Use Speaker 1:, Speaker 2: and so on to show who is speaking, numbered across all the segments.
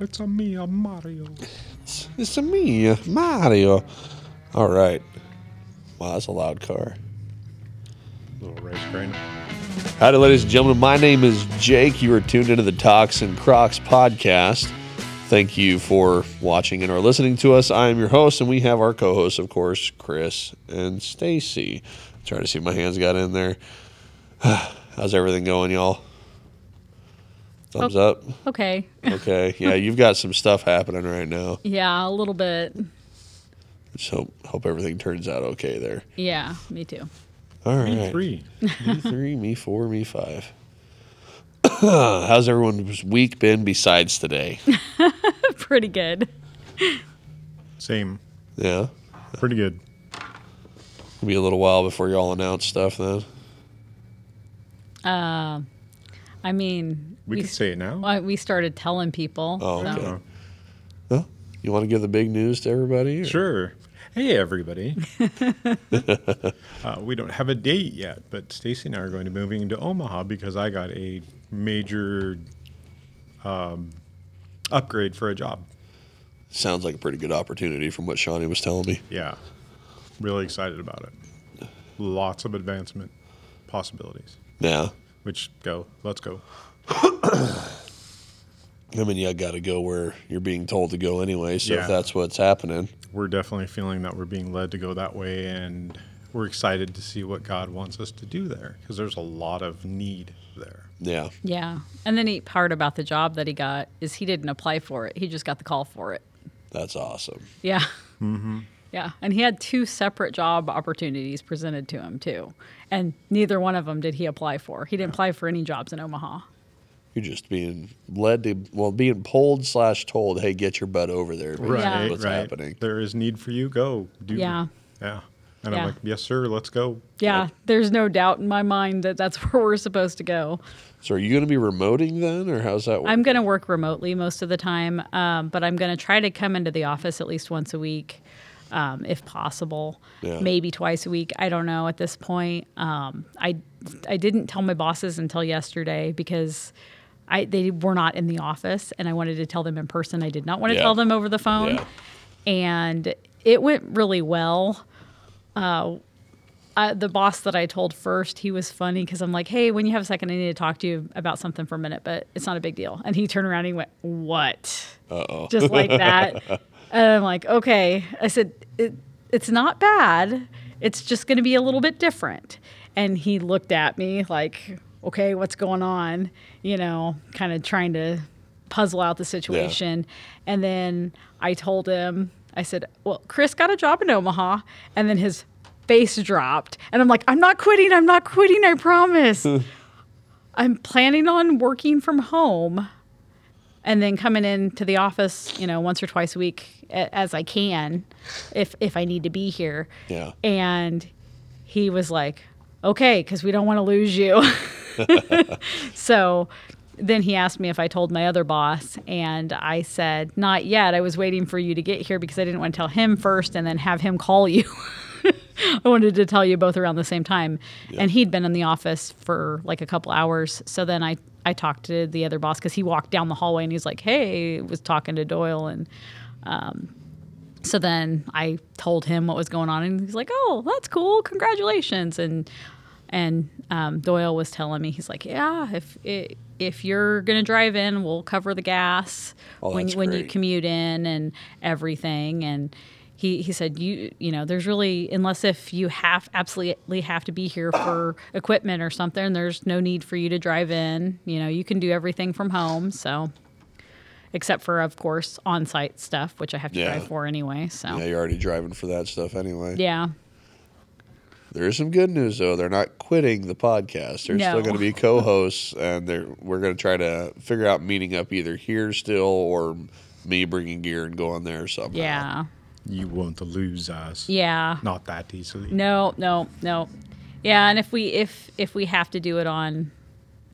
Speaker 1: It's a me, a Mario.
Speaker 2: It's a me, Mario. All right. Wow, that's a loud car.
Speaker 1: Little race train.
Speaker 2: Howdy, ladies and gentlemen. My name is Jake. You are tuned into the Talks and Crocs podcast. Thank you for watching and or listening to us. I am your host, and we have our co-hosts, of course, Chris and Stacy. Trying to see if my hands got in there. How's everything going, y'all? Thumbs up.
Speaker 3: Okay.
Speaker 2: Okay. Yeah, you've got some stuff happening right now.
Speaker 3: Yeah, a little bit.
Speaker 2: Just hope hope everything turns out okay there.
Speaker 3: Yeah, me too.
Speaker 2: All right.
Speaker 1: Me three.
Speaker 2: me three, me four, me five. How's everyone's week been besides today?
Speaker 3: Pretty good.
Speaker 1: Same.
Speaker 2: Yeah.
Speaker 1: Pretty good.
Speaker 2: It'll be a little while before y'all announce stuff then.
Speaker 3: I mean,
Speaker 1: We can
Speaker 3: s-
Speaker 1: say it now.
Speaker 3: well, we started telling people.
Speaker 2: Oh,
Speaker 3: so-
Speaker 2: okay.
Speaker 1: Oh,
Speaker 2: Huh? You want to give the big news to everybody? or-
Speaker 1: Sure. Hey, everybody. uh, we don't have a date yet, but Stacy and I are going to be moving to Omaha because I got a major um, upgrade for a job.
Speaker 2: Sounds like a pretty good opportunity from what Shawnee was telling me.
Speaker 1: Yeah. Really excited about it. Lots of advancement possibilities,
Speaker 2: Yeah.
Speaker 1: which go, let's go.
Speaker 2: I mean, you got to go where you're being told to go anyway. So
Speaker 1: Yeah.
Speaker 2: if that's what's happening,
Speaker 1: We're definitely feeling that we're being led to go that way, and we're excited to see what God wants us to do there because there's a lot of need there.
Speaker 2: yeah.
Speaker 3: Yeah. And the neat part about the job that he got is he didn't apply for it. He just got the call for it.
Speaker 2: That's awesome.
Speaker 3: Yeah. Mm-hmm. Yeah. And he had two separate job opportunities presented to him, too. And neither one of them did he apply for. He didn't apply for any jobs in Omaha.
Speaker 2: You're just being led to, well, being pulled slash told, hey, get your butt over there. basically,
Speaker 3: Yeah.
Speaker 2: What's happening?
Speaker 1: There is need for you. Go do.
Speaker 3: Yeah.
Speaker 1: Yeah. And
Speaker 3: Yeah.
Speaker 1: I'm like, yes, sir. Let's go.
Speaker 3: Yeah.
Speaker 2: Yep.
Speaker 3: There's no doubt in my mind that that's where we're supposed to go.
Speaker 2: So are you going to be remoting then, or how's that work?
Speaker 3: I'm going to work remotely most of the time, um, but I'm going to try to come into the office at least once a week, um, if possible.
Speaker 2: Yeah.
Speaker 3: Maybe twice a week. I don't know at this point. Um, I I didn't tell my bosses until yesterday because. I, they were not in the office and I wanted to tell them in person. I did not want to
Speaker 2: Yeah.
Speaker 3: tell them over the phone.
Speaker 2: Yeah.
Speaker 3: And it went really well. uh, the boss that I told first, he was funny because I'm like, hey, when you have a second, I need to talk to you about something for a minute, but it's not a big deal. And he turned around and he went, what? Uh-oh. Just like that. and I'm like, okay. I said, it, it's not bad. It's just going to be a little bit different. And he looked at me like, okay, what's going on? You know, kind of trying to puzzle out the situation. And then I told him, I said, well, Chris got a job in Omaha. And then his face dropped. And I'm like, I'm not quitting. I'm not quitting. I promise. I'm planning on working from home and then coming into the office, you know, once or twice a week a- as I can if if I need to be here.
Speaker 2: Yeah.
Speaker 3: And he was like, "Okay, cuz we don't want to lose you." so then he asked me if I told my other boss, and I said, Not yet. I was waiting for you to get here because I didn't want to tell him first and then have him call you. I wanted to tell you both around the same time. And he'd been in the office for like a couple hours. So then I, I talked to the other boss because he walked down the hallway and he's like, Hey, was talking to Doyle. And so then I told him what was going on, and he's like, "Oh, that's cool! Congratulations!" And and um, Doyle was telling me, he's like, "Yeah, if i if you're gonna drive in, we'll cover the gas
Speaker 2: Oh,
Speaker 3: when
Speaker 2: that's
Speaker 3: when you
Speaker 2: great.
Speaker 3: commute in and everything." And he he said, "You you know, there's really unless if you have absolutely have to be here for equipment or something, there's no need for you to drive in. You know, you can do everything from home." So. Except for, of course, on-site stuff, which I have to
Speaker 2: Yeah.
Speaker 3: drive for anyway. So
Speaker 2: Yeah, you're already driving for that stuff anyway.
Speaker 3: yeah.
Speaker 2: There is some good news though. They're not quitting the podcast. They're still
Speaker 3: No.
Speaker 2: going to be co-hosts, and they're we're going to try to figure out meeting up either here still or me bringing gear and going there somehow.
Speaker 3: Yeah.
Speaker 1: You want to lose us.
Speaker 3: Yeah.
Speaker 1: Not that easily.
Speaker 3: No, no, no. Yeah, and if we if if we have to do it on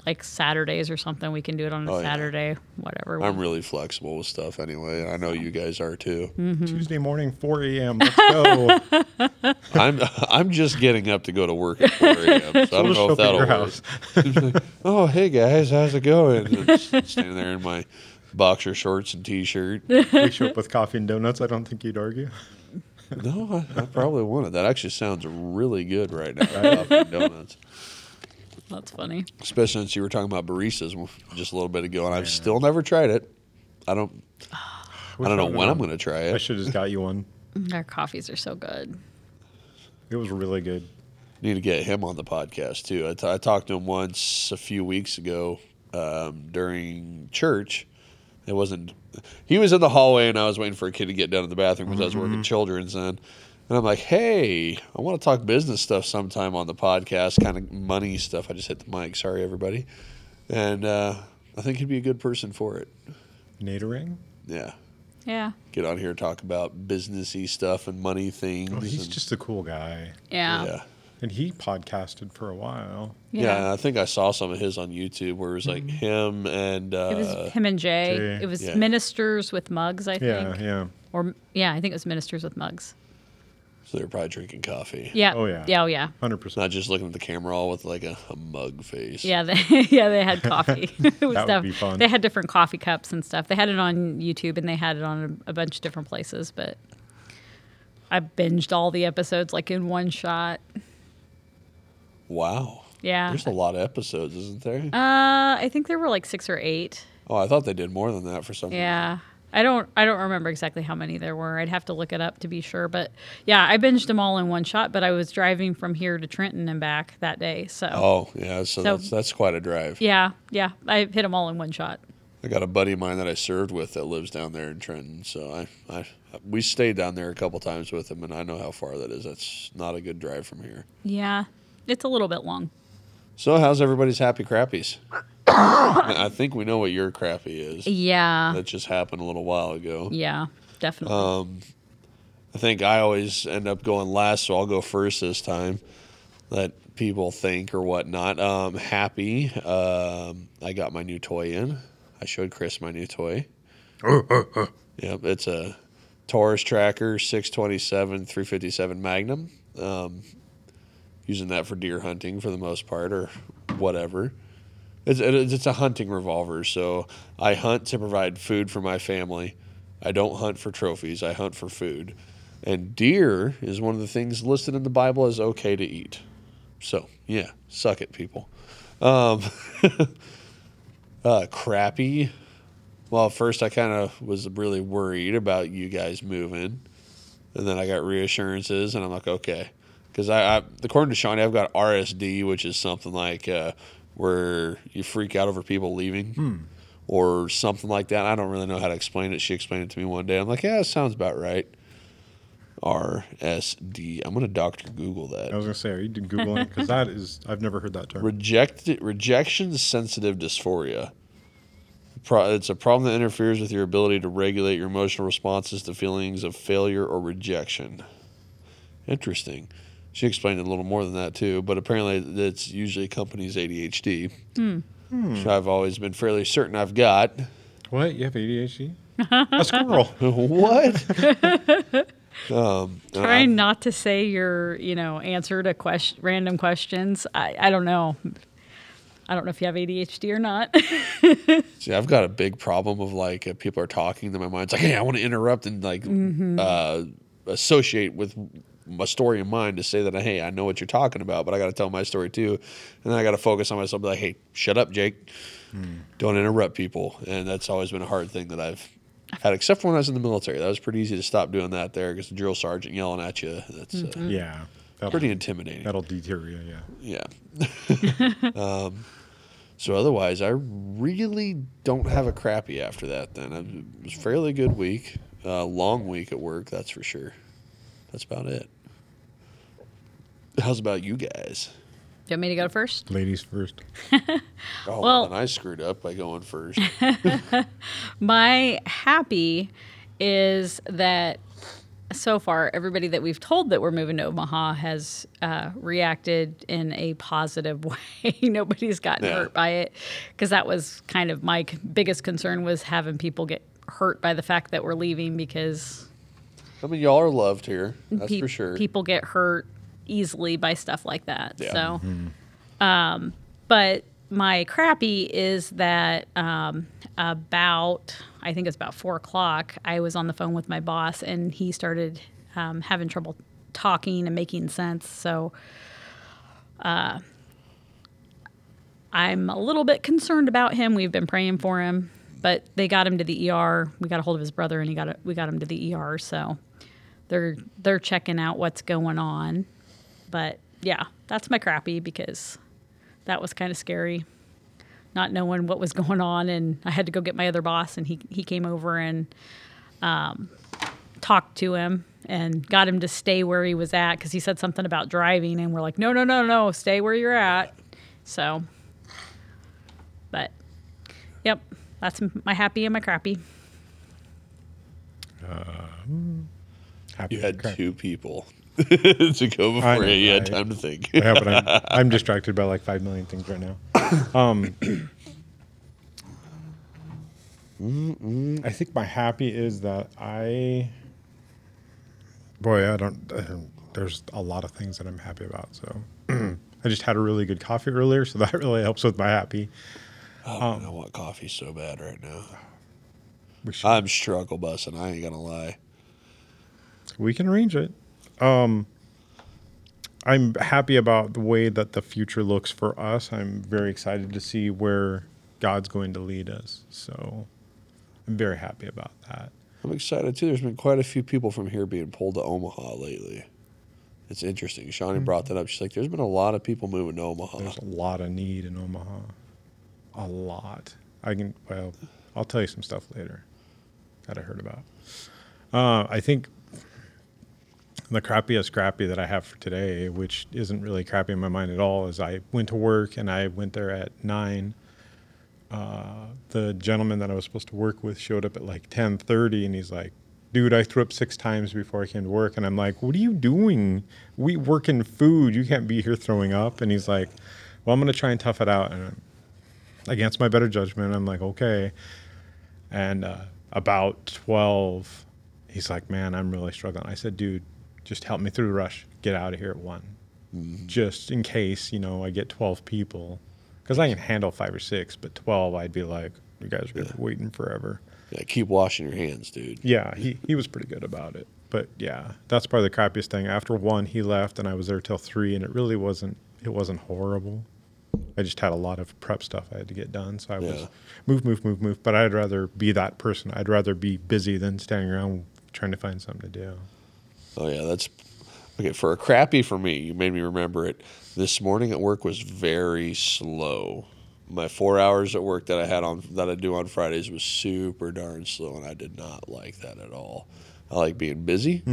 Speaker 3: like Saturdays or something, we can do it on a
Speaker 2: Oh, yeah.
Speaker 3: Saturday, whatever.
Speaker 2: I'm really flexible with stuff anyway. I know you guys are too.
Speaker 3: Mm-hmm.
Speaker 1: Tuesday morning, 4 a.m. Let's go.
Speaker 2: I'm I'm just getting up to go to work at 4 a.m. So I don't
Speaker 1: We'll
Speaker 2: know if
Speaker 1: show up at
Speaker 2: that'll
Speaker 1: your
Speaker 2: work.
Speaker 1: house.
Speaker 2: oh hey guys, how's it going? And I'm just standing there in my boxer shorts and t-shirt.
Speaker 1: we show up with coffee and donuts. I don't think you'd argue.
Speaker 2: no, I, I probably wanted that. Actually, sounds really good right now. coffee and donuts,
Speaker 3: That's funny.
Speaker 2: especially since you were talking about baristas just a little bit ago, and I've still never tried it. I don't. I don't know when I'm going to try
Speaker 1: I
Speaker 2: it.
Speaker 1: should have just got you one.
Speaker 3: Our coffees are so good.
Speaker 1: It was really good.
Speaker 2: Need to get him on the podcast too. I, t- I talked to him once a few weeks ago um, during church. It wasn't. He was in the hallway, and I was waiting for a kid to get down to the bathroom because I was
Speaker 1: Mm-hmm.
Speaker 2: working children's then. And I'm like, hey, I want to talk business stuff sometime on the podcast, kind of money stuff. I just hit the mic. Sorry, everybody. And uh, I think he'd be a good person for it.
Speaker 1: Naderang?
Speaker 2: Yeah.
Speaker 3: Yeah.
Speaker 2: Get on here, talk about businessy stuff and money things.
Speaker 1: Oh, he's
Speaker 2: and-
Speaker 1: just a cool guy.
Speaker 3: Yeah.
Speaker 2: yeah.
Speaker 1: And he podcasted for a while.
Speaker 3: Yeah. Mm-hmm.
Speaker 2: Yeah. and I think I saw some of his on YouTube where it was like him and uh,
Speaker 3: It was him and Jay.
Speaker 1: Jay.
Speaker 3: It was
Speaker 2: Yeah.
Speaker 3: ministers with mugs, I
Speaker 1: Yeah,
Speaker 3: think.
Speaker 1: yeah.
Speaker 3: Or yeah, I think it was ministers with mugs.
Speaker 2: so they were probably drinking coffee,
Speaker 3: Yeah.
Speaker 1: Oh, yeah.
Speaker 3: Yeah. Oh yeah.
Speaker 1: 100%.
Speaker 2: not just looking at the camera all with like a, a mug face.
Speaker 3: Yeah, they, yeah, they had coffee. it was
Speaker 1: That would
Speaker 3: def-
Speaker 1: be fun.
Speaker 3: They had different coffee cups and stuff. They had it on YouTube and they had it on a, a bunch of different places. But I binged all the episodes like in one shot.
Speaker 2: Wow.
Speaker 3: Yeah,
Speaker 2: There's a lot of episodes, isn't there?
Speaker 3: uh, I think there were like six or eight.
Speaker 2: oh, I thought they did more than that for some.
Speaker 3: Yeah. I don't I don't remember exactly how many there were. I'd have to look it up to be sure, but yeah, I binged them all in one shot, but I was driving from here to Trenton and back that day. So
Speaker 2: Oh yeah, so, that's that's quite a drive.
Speaker 3: yeah, yeah, I hit them all in one shot.
Speaker 2: I got a buddy of mine that I served with that lives down there in Trenton, so I, I we stayed down there a couple times with him, and I know how far that is. That's not a good drive from here.
Speaker 3: Yeah. It's a little bit long.
Speaker 2: So how's everybody's happy crappies? I think we know what your crappy is.
Speaker 3: Yeah.
Speaker 2: that just happened a little while ago.
Speaker 3: yeah, definitely.
Speaker 2: I think I always end up going last, so I'll go first this time. Let people think or whatnot. Um, happy. Um, I got my new toy in. I showed Chris my new toy. yep, it's a Taurus Tracker 627 357 Magnum. Um, using that for deer hunting for the most part or whatever. It's, it- it's a hunting revolver, so I hunt to provide food for my family. I don't hunt for trophies, I hunt for food. And deer is one of the things listed in the Bible as okay to eat. So, yeah, suck it, people. Um, uh, crappy. Well, at first, I kind of was really worried about you guys moving. And then I got reassurances, and I'm like, okay. Because I, I, according to Shawnee, I've got RSD, which is something like uh, where you freak out over people leaving or something like that. I don't really know how to explain it. She explained it to me one day. I'm like, yeah, it sounds about right. RSD. I'm going to Dr. Google that.
Speaker 1: I was going to say, are you Googling? Because that is, I've never heard that term.
Speaker 2: Rejected rejection sensitive dysphoria. Pro, it's a problem that interferes with your ability to regulate your emotional responses to feelings of failure or rejection. Interesting. She explained it a little more than that too, but apparently that's usually accompanies ADHD, which I've always been fairly certain I've got.
Speaker 1: what? You have ADHD? a squirrel.
Speaker 2: what? um, and I-
Speaker 3: Trying not to say your, you know, answer to question, random questions. I, I don't know. I don't know if you have ADHD or not.
Speaker 2: See, I've got a big problem of like if people are talking, then my mind's like, hey, I want to interrupt and like uh, associate with my story in mind to say that hey, I know what you're talking about, but I got to tell my story too, and then I got to focus on myself. Be like, hey, shut up, Jake, don't interrupt people, and that's always been a hard thing that I've had, except for when I was in the military. That was pretty easy to stop doing that there because the drill sergeant yelling at you, that's uh,
Speaker 1: Yeah. That'll,
Speaker 2: pretty intimidating.
Speaker 1: that'll deter you, yeah.
Speaker 2: Yeah. um, so otherwise, I really don't have a crappy after that. Then it was a fairly good week, uh, long week at work, that's for sure. That's about it. How's about you guys?
Speaker 3: Do you want me to go first?
Speaker 1: Ladies first.
Speaker 2: Oh,
Speaker 3: Well-
Speaker 2: and I screwed up by going first.
Speaker 3: My happy is that so far, everybody that we've told that we're moving to Omaha has uh, reacted in a positive way. Nobody's gotten
Speaker 2: Yeah.
Speaker 3: hurt by it because that was kind of my c- biggest concern was having people get hurt by the fact that we're leaving because
Speaker 2: I mean, y'all are loved here. That's
Speaker 3: pe-
Speaker 2: for sure.
Speaker 3: people get hurt easily by stuff like that.
Speaker 2: Yeah.
Speaker 3: So, um, but my crappy is that um, about I think it's about four o'clock, I was on the phone with my boss and he started um, having trouble talking and making sense. So uh, I'm a little bit concerned about him. We've been praying for him, but they got him to the ER. We got a hold of his brother and he got a, we got him to the ER. So they're they're checking out what's going on. But yeah, that's my crappy because that was kind of scary not knowing what was going on and I had to go get my other boss and he he came over and um, talked to him and got him to stay where he was at cuz he said something about driving and we're like no no no no stay where you're at so but yep that's m- my happy and my crappy
Speaker 1: Happy
Speaker 2: You had
Speaker 1: crap.
Speaker 2: two people to go before
Speaker 1: I know,
Speaker 2: you had
Speaker 1: right?
Speaker 2: time to think.
Speaker 1: Yeah, but I'm, I'm distracted by like five million things right now. Um, I think my happy is that I, boy, I don't. I don't- there's a lot of things that I'm happy about. So I just had a really good coffee earlier, so that really helps with my happy.
Speaker 2: Oh, man, I want coffee so bad right now.
Speaker 1: Um, We, should,
Speaker 2: I'm struggle bussing. I ain't gonna lie.
Speaker 1: we can arrange it. Um, I'm happy about the way that the future looks for us. I'm very excited to see where God's going to lead us. So I'm very happy about that.
Speaker 2: I'm excited too. There's been quite a few people from here being pulled to Omaha lately. It's interesting. Shawnee brought that up. She's like, "There's been a lot of people moving to Omaha."
Speaker 1: There's a lot of need in Omaha. A lot. I can, well, I'll tell you some stuff later that I heard about. Uh, I think the crappiest crappy that I have for today, which isn't really crappy in my mind at all, is I went to work and I went there at nine. Uh, the gentleman that I was supposed to work with showed up at like ten thirty, and he's like, "Dude, I threw up six times before I came to work." And I'm like, "What are you doing? We work in food. You can't be here throwing up." And he's like, "Well, I'm gonna try and tough it out." And I'm, against my better judgment, I'm like, "Okay." And uh, about 12, he's like, Man, I'm really struggling. I said, Dude, just help me through the rush. Get out of here at one. Just in case, you know, I get 12 people. Because I can handle five or six, but 12, I'd be like, You guys are going to be waiting forever.
Speaker 2: Yeah, keep washing your hands, dude.
Speaker 1: Yeah, he, he was pretty good about it. But yeah, that's probably the crappiest thing. After one, he left, and I was there till three, and it really wasn't it wasn't horrible. I just had a lot of prep stuff I had to get done, so I
Speaker 2: Yeah.
Speaker 1: was move, move, move, move. But I'd rather be that person. I'd rather be busy than standing around trying to find something to do.
Speaker 2: Oh yeah, that's okay for a crappy for me. You made me remember it. This morning at work was very slow. My four hours at work that I had on that I do on Fridays was super darn slow, and I did not like that at all. I like being busy,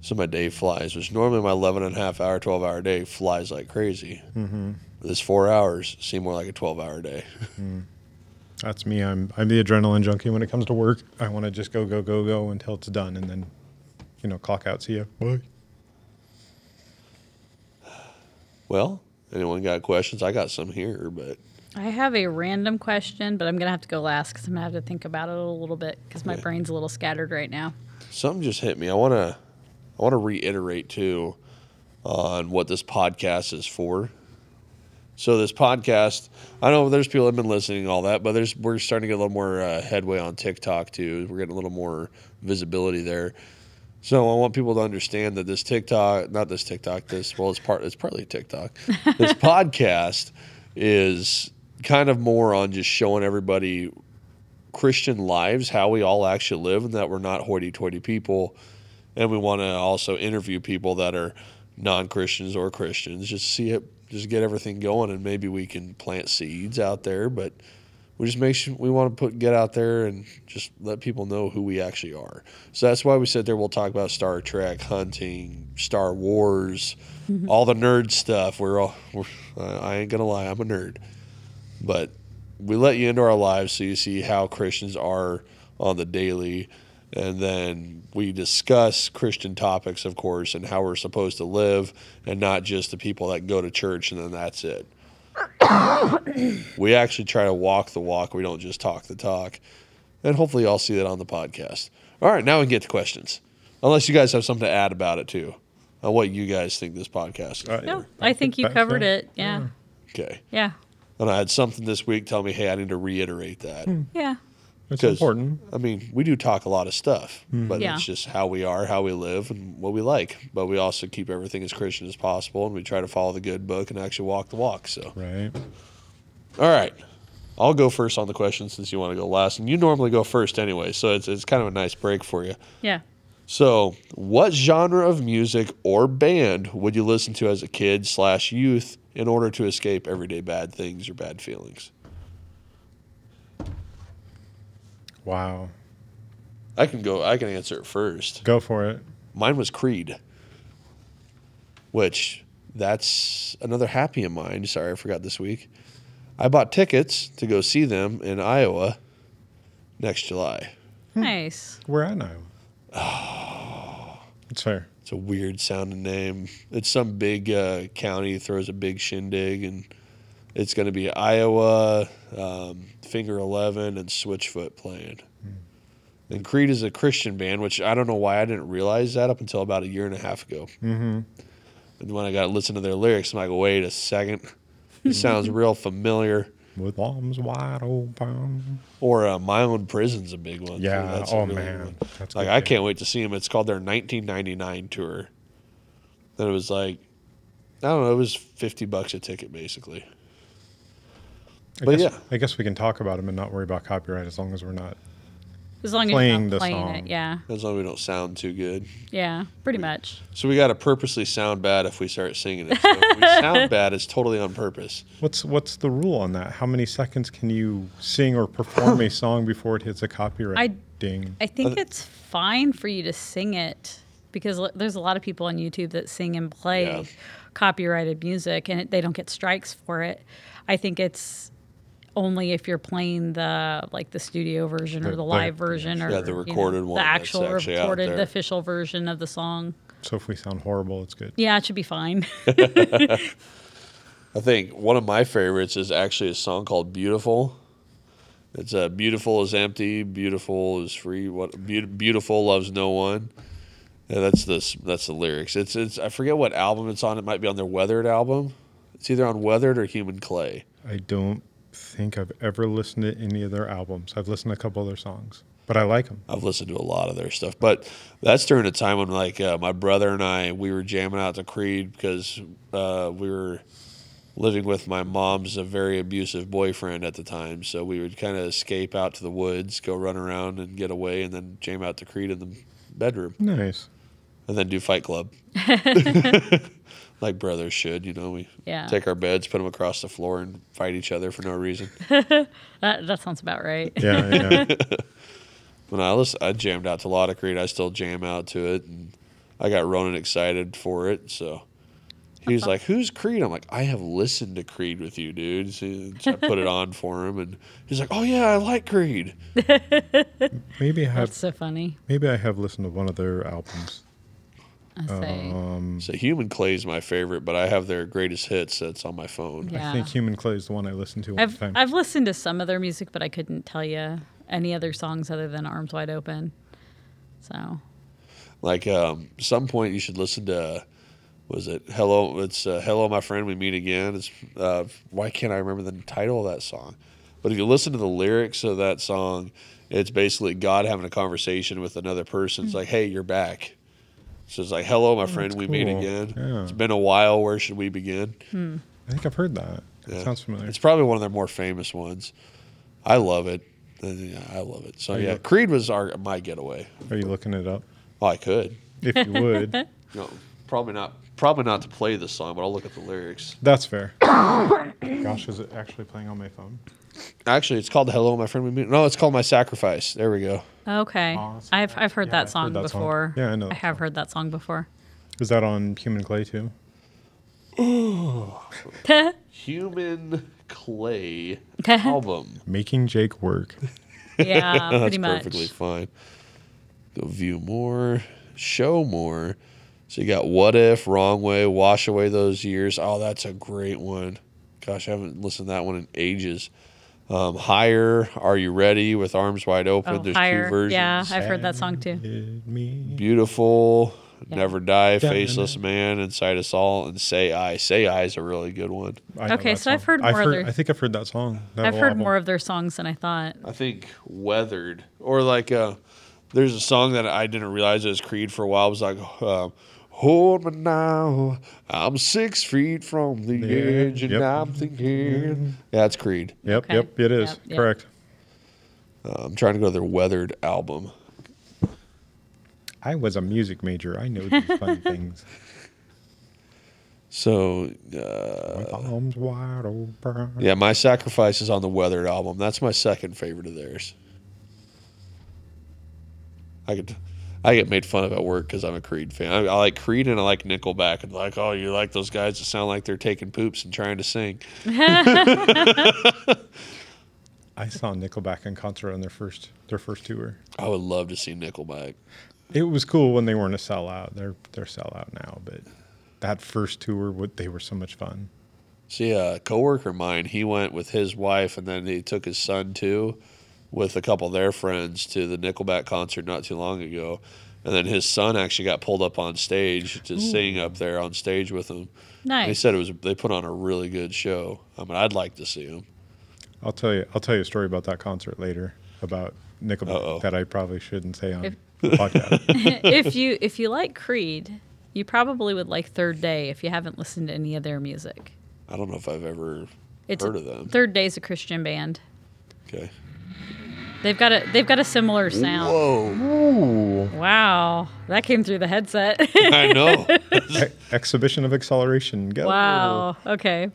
Speaker 2: so my day flies. Which normally my 11 and a half hour, 12 hour day flies like crazy. Mm-hmm. This four hours seemed more like a 12 hour day.
Speaker 1: That's me. I'm I'm the adrenaline junkie when it comes to work. I want to just go, go, go, go until it's done, and then, you know, clock out. See ya. Bye.
Speaker 2: well, anyone got questions? I got some here, but
Speaker 3: I have a random question, but I'm going to have to go last cuz I'm going to have to think about it a little bit cuz my brain's a little scattered right now.
Speaker 2: something just hit me. I want to I want to reiterate too on what this podcast is for. So this podcast, I know there's people that have been listening and all that, but there's we're starting to get a little more uh, headway on TikTok too. We're getting a little more visibility there. So I want people to understand that this TikTok, not this TikTok, this well, it's part, it's partly TikTok. This podcast is kind of more on just showing everybody Christian lives, how we all actually live, and that we're not hoity-toity people. And we want to also interview people that are non-Christians or Christians, just see it, just get everything going, and maybe we can plant seeds out there. But we just make sure we want to put get out there and just let people know who we actually are. So that's why we sit there. We'll talk about Star Trek, hunting, Star Wars, all the nerd stuff. We're all. We're, I I ain't gonna lie, I'm a nerd but we let you into our lives so you see how Christians are on the daily. And then we discuss Christian topics, of course, and how we're supposed to live and not just the people that go to church and then that's it. we actually try to walk the walk, we don't just talk the talk. And hopefully, y'all see that on the podcast. All right, now we can get to questions. Unless you guys have something to add about it, too, on what you guys think this podcast is.
Speaker 1: Uh,
Speaker 3: No, I think you
Speaker 1: that's
Speaker 3: covered
Speaker 1: it.
Speaker 3: it. Yeah.
Speaker 2: okay.
Speaker 3: Yeah.
Speaker 2: And I had something this week tell me, hey, I need to reiterate that.
Speaker 3: Yeah.
Speaker 1: It's
Speaker 2: 'Cause,
Speaker 1: important. Mm-hmm.
Speaker 2: I mean, we do talk a lot of stuff, but
Speaker 3: Yeah.
Speaker 2: it's just how we are, how we live, and what we like. But we also keep everything as Christian as possible, and we try to follow the good book and actually walk the walk. So,
Speaker 1: Right.
Speaker 2: all right, I'll go first on the question since you want to go last, and you normally go first anyway. So it's it's kind of a nice break for you.
Speaker 3: Yeah.
Speaker 2: So, what genre of music or band would you listen to as a kid slash youth in order to escape everyday bad things or bad feelings?
Speaker 1: Wow.
Speaker 2: I can go. I can answer it first.
Speaker 1: Go for it.
Speaker 2: Mine was Creed, which that's another happy of mine. Sorry, I forgot this week. I bought tickets to go see them in Iowa next July.
Speaker 1: Hmm.
Speaker 3: Nice.
Speaker 1: We're at in Iowa. It's fair.
Speaker 2: It's a weird sounding name. It's some big uh, county throws a big shindig, and it's going to be Iowa, um, Finger Eleven, and Switchfoot playing.
Speaker 1: Hmm.
Speaker 2: And Creed is a Christian band, which I don't know why I didn't realize that up until about a year and a half ago. Mm-hmm. And when I got to listen to their lyrics, I'm like, wait a second, this sounds real familiar.
Speaker 1: With arms wide open.
Speaker 2: Or uh, My Own Prison's a big one. too.
Speaker 1: Yeah.
Speaker 2: That's a
Speaker 1: oh
Speaker 2: really good
Speaker 1: man.
Speaker 2: one.
Speaker 1: That's a
Speaker 2: Like
Speaker 1: good
Speaker 2: I
Speaker 1: band.
Speaker 2: can't wait to see him. It's called their 1999 tour. Then it was like, I don't know. It was 50 bucks a ticket basically.
Speaker 1: I
Speaker 2: but
Speaker 1: guess,
Speaker 2: yeah.
Speaker 1: I guess we can talk about them and not worry about copyright as long as we're not.
Speaker 3: As long as
Speaker 1: Playing
Speaker 3: you're
Speaker 1: the
Speaker 3: not playing
Speaker 1: song.
Speaker 3: it. Yeah.
Speaker 2: As long as we don't sound too good.
Speaker 3: Yeah. Pretty much.
Speaker 2: So we got to purposely sound bad if we start singing it. So if we sound bad, it's totally on purpose.
Speaker 1: What's what's the rule on that? How many seconds can you sing or perform a song before it hits a copyright
Speaker 3: I-
Speaker 1: ding?
Speaker 3: I think it's fine for you to sing it because l- there's a lot of people on YouTube that sing and play
Speaker 2: Yeah.
Speaker 3: copyrighted music and it, they don't get strikes for it. I think it's only if you're playing the like the studio version or
Speaker 1: The-
Speaker 3: the
Speaker 1: the-
Speaker 3: live version or
Speaker 2: Yeah, the
Speaker 3: you know,
Speaker 2: recorded one
Speaker 3: the
Speaker 2: that's
Speaker 3: actual
Speaker 2: actually out
Speaker 3: recorded,
Speaker 2: there.
Speaker 3: the official version of the song.
Speaker 1: so if we sound horrible, it's good.
Speaker 3: Yeah, it should be fine.
Speaker 2: I think one of my favorites is actually a song called "Beautiful." It's uh, "Beautiful is empty, beautiful is free. What be- beautiful loves no one." Yeah, that's this. That's the lyrics. It's it's. I forget what album it's on. It might be on their Weathered album. It's either on Weathered or Human Clay.
Speaker 1: I don't think I've ever listened to any of their albums. I've listened to a couple of their songs, but I like them.
Speaker 2: I've listened to a lot of their stuff, but that's during a time when like uh, my brother and I we were jamming out to Creed because uh, we were living with my mom's a very abusive boyfriend at the time, so we would kind of escape out to the woods, go run around and get away, and then jam out to Creed in the bedroom,
Speaker 1: Nice.
Speaker 2: and then do Fight Club, like brothers should. You know, we
Speaker 3: Yeah.
Speaker 2: take our beds, put them across the floor, and fight each other for no reason.
Speaker 3: that that sounds about right.
Speaker 1: Yeah, yeah.
Speaker 2: when I listen, I jammed out to a lot of Creed. I still jam out to it, and I got Ronan excited for it. So he was like, "Who's Creed?" I'm like, "I have listened to Creed with you, dude." So so I put it on for him, and he's like, "Oh yeah, I like Creed."
Speaker 1: maybe I
Speaker 3: That's
Speaker 1: have
Speaker 3: so funny.
Speaker 1: maybe I have listened to one of their albums. Um,
Speaker 3: I say.
Speaker 1: uh,
Speaker 2: So Human Clay is my favorite, but I have their greatest hits that's on my phone.
Speaker 3: Yeah.
Speaker 1: I think Human Clay is the one I listened to one
Speaker 3: I've
Speaker 1: time.
Speaker 3: I've listened to some of their music, but I couldn't tell you any other songs other than Arms Wide Open. So
Speaker 2: Like um, some point you should listen to. Was it hello? It's uh, hello, my friend. We meet again. It's uh, why can't I remember the title of that song? But if you listen to the lyrics of that song, it's basically God having a conversation with another person.
Speaker 1: Hmm.
Speaker 2: It's like, hey, you're back. So it's like, hello, my friend. we meet
Speaker 1: cool.
Speaker 2: again.
Speaker 1: Yeah.
Speaker 2: It's been a while. Where should we begin?
Speaker 1: I think I've heard that. It
Speaker 2: Yeah.
Speaker 1: sounds familiar.
Speaker 2: It's probably one of their more famous ones. I love it. Uh, yeah, I love it. So
Speaker 1: Are you-
Speaker 2: yeah, Creed was our my getaway.
Speaker 1: Are you looking it up?
Speaker 2: Oh, I could.
Speaker 1: If you would.
Speaker 2: No, probably not. Probably not to play this song, but I'll look at the lyrics.
Speaker 1: That's fair. Gosh, is it actually playing on my phone?
Speaker 2: Actually, it's called "Hello, My Friend We Meet." No, it's called "My Sacrifice." There we go.
Speaker 3: okay,
Speaker 1: Arms
Speaker 3: I've I've heard
Speaker 1: yeah, I've
Speaker 3: that
Speaker 1: heard
Speaker 3: song
Speaker 1: that song.
Speaker 3: before.
Speaker 1: Yeah, I know that
Speaker 3: have heard that song before.
Speaker 1: Is that on Human Clay too?
Speaker 2: Human Clay album.
Speaker 1: Making Jake work.
Speaker 3: yeah, pretty
Speaker 2: That's
Speaker 3: much.
Speaker 2: perfectly fine. Go view more, show more. So you got "What If," "Wrong Way," "Wash Away Those Years." Oh, that's a great one. Gosh, I haven't listened to that one in ages. Um, higher, "Are You Ready?" with arms wide open.
Speaker 3: Oh,
Speaker 2: There's
Speaker 3: higher.
Speaker 2: two versions.
Speaker 3: Yeah, I've heard that song too.
Speaker 1: Hit me.
Speaker 2: Beautiful. Never Die,
Speaker 1: no,
Speaker 2: Faceless Man, Inside Us All, and Say I. Say I is a really good one.
Speaker 1: I know
Speaker 3: Okay,
Speaker 1: that
Speaker 3: so I've
Speaker 1: song.
Speaker 3: heard more other-
Speaker 1: I think I've heard that song. That
Speaker 3: I've
Speaker 1: whole
Speaker 3: heard
Speaker 1: album.
Speaker 3: more of their songs than I thought.
Speaker 2: I think weathered or like uh, there's a song that I didn't realize it was Creed for a while. It was like uh, hold me now, I'm six feet from the
Speaker 1: Yeah,
Speaker 2: edge and
Speaker 1: yep.
Speaker 2: I'm thinking. Yeah, it's Creed.
Speaker 1: Yep,
Speaker 3: Okay.
Speaker 1: yep, it is
Speaker 3: Yep, yep.
Speaker 1: correct.
Speaker 2: Uh, I'm trying to go to their weathered album.
Speaker 1: I was a music major. I know these fun things.
Speaker 2: So uh,
Speaker 1: My arms wide open.
Speaker 2: yeah, my sacrifice is on the weathered album. That's my second favorite of theirs. I could. I get made fun of at work because I'm a Creed fan. I, I like Creed and I like Nickelback. And like, oh, you like those guys that sound like they're taking poops and trying to sing.
Speaker 1: I saw Nickelback in concert on their first their first tour.
Speaker 2: I would love to see Nickelback.
Speaker 1: It was cool when they weren't a sellout. They're they're sellout now, but that first tour, what they were so much fun.
Speaker 2: See, a coworker of mine, he went with his wife, and then he took his son too, with a couple of their friends to the Nickelback concert not too long ago, and then his son actually got pulled up on stage to sing up there on stage with him. They
Speaker 3: Nice.
Speaker 2: said it was they put on a really good show. I mean, I'd like to see him.
Speaker 1: I'll tell you I'll tell you a story about that concert later about Nickelback
Speaker 2: Uh-oh.
Speaker 1: that I probably shouldn't say on
Speaker 3: If-
Speaker 1: the podcast.
Speaker 3: if you if you like Creed, you probably would like Third Day if you haven't listened to any of their music.
Speaker 2: I don't know if I've ever
Speaker 3: It's
Speaker 2: heard of them.
Speaker 3: Third Day's a Christian band.
Speaker 2: Okay.
Speaker 3: They've got a they've got a similar sound.
Speaker 2: Whoa!
Speaker 3: Wow, that came through the headset.
Speaker 2: I know.
Speaker 1: E- Exhibition of acceleration. Go.
Speaker 3: wow. Okay.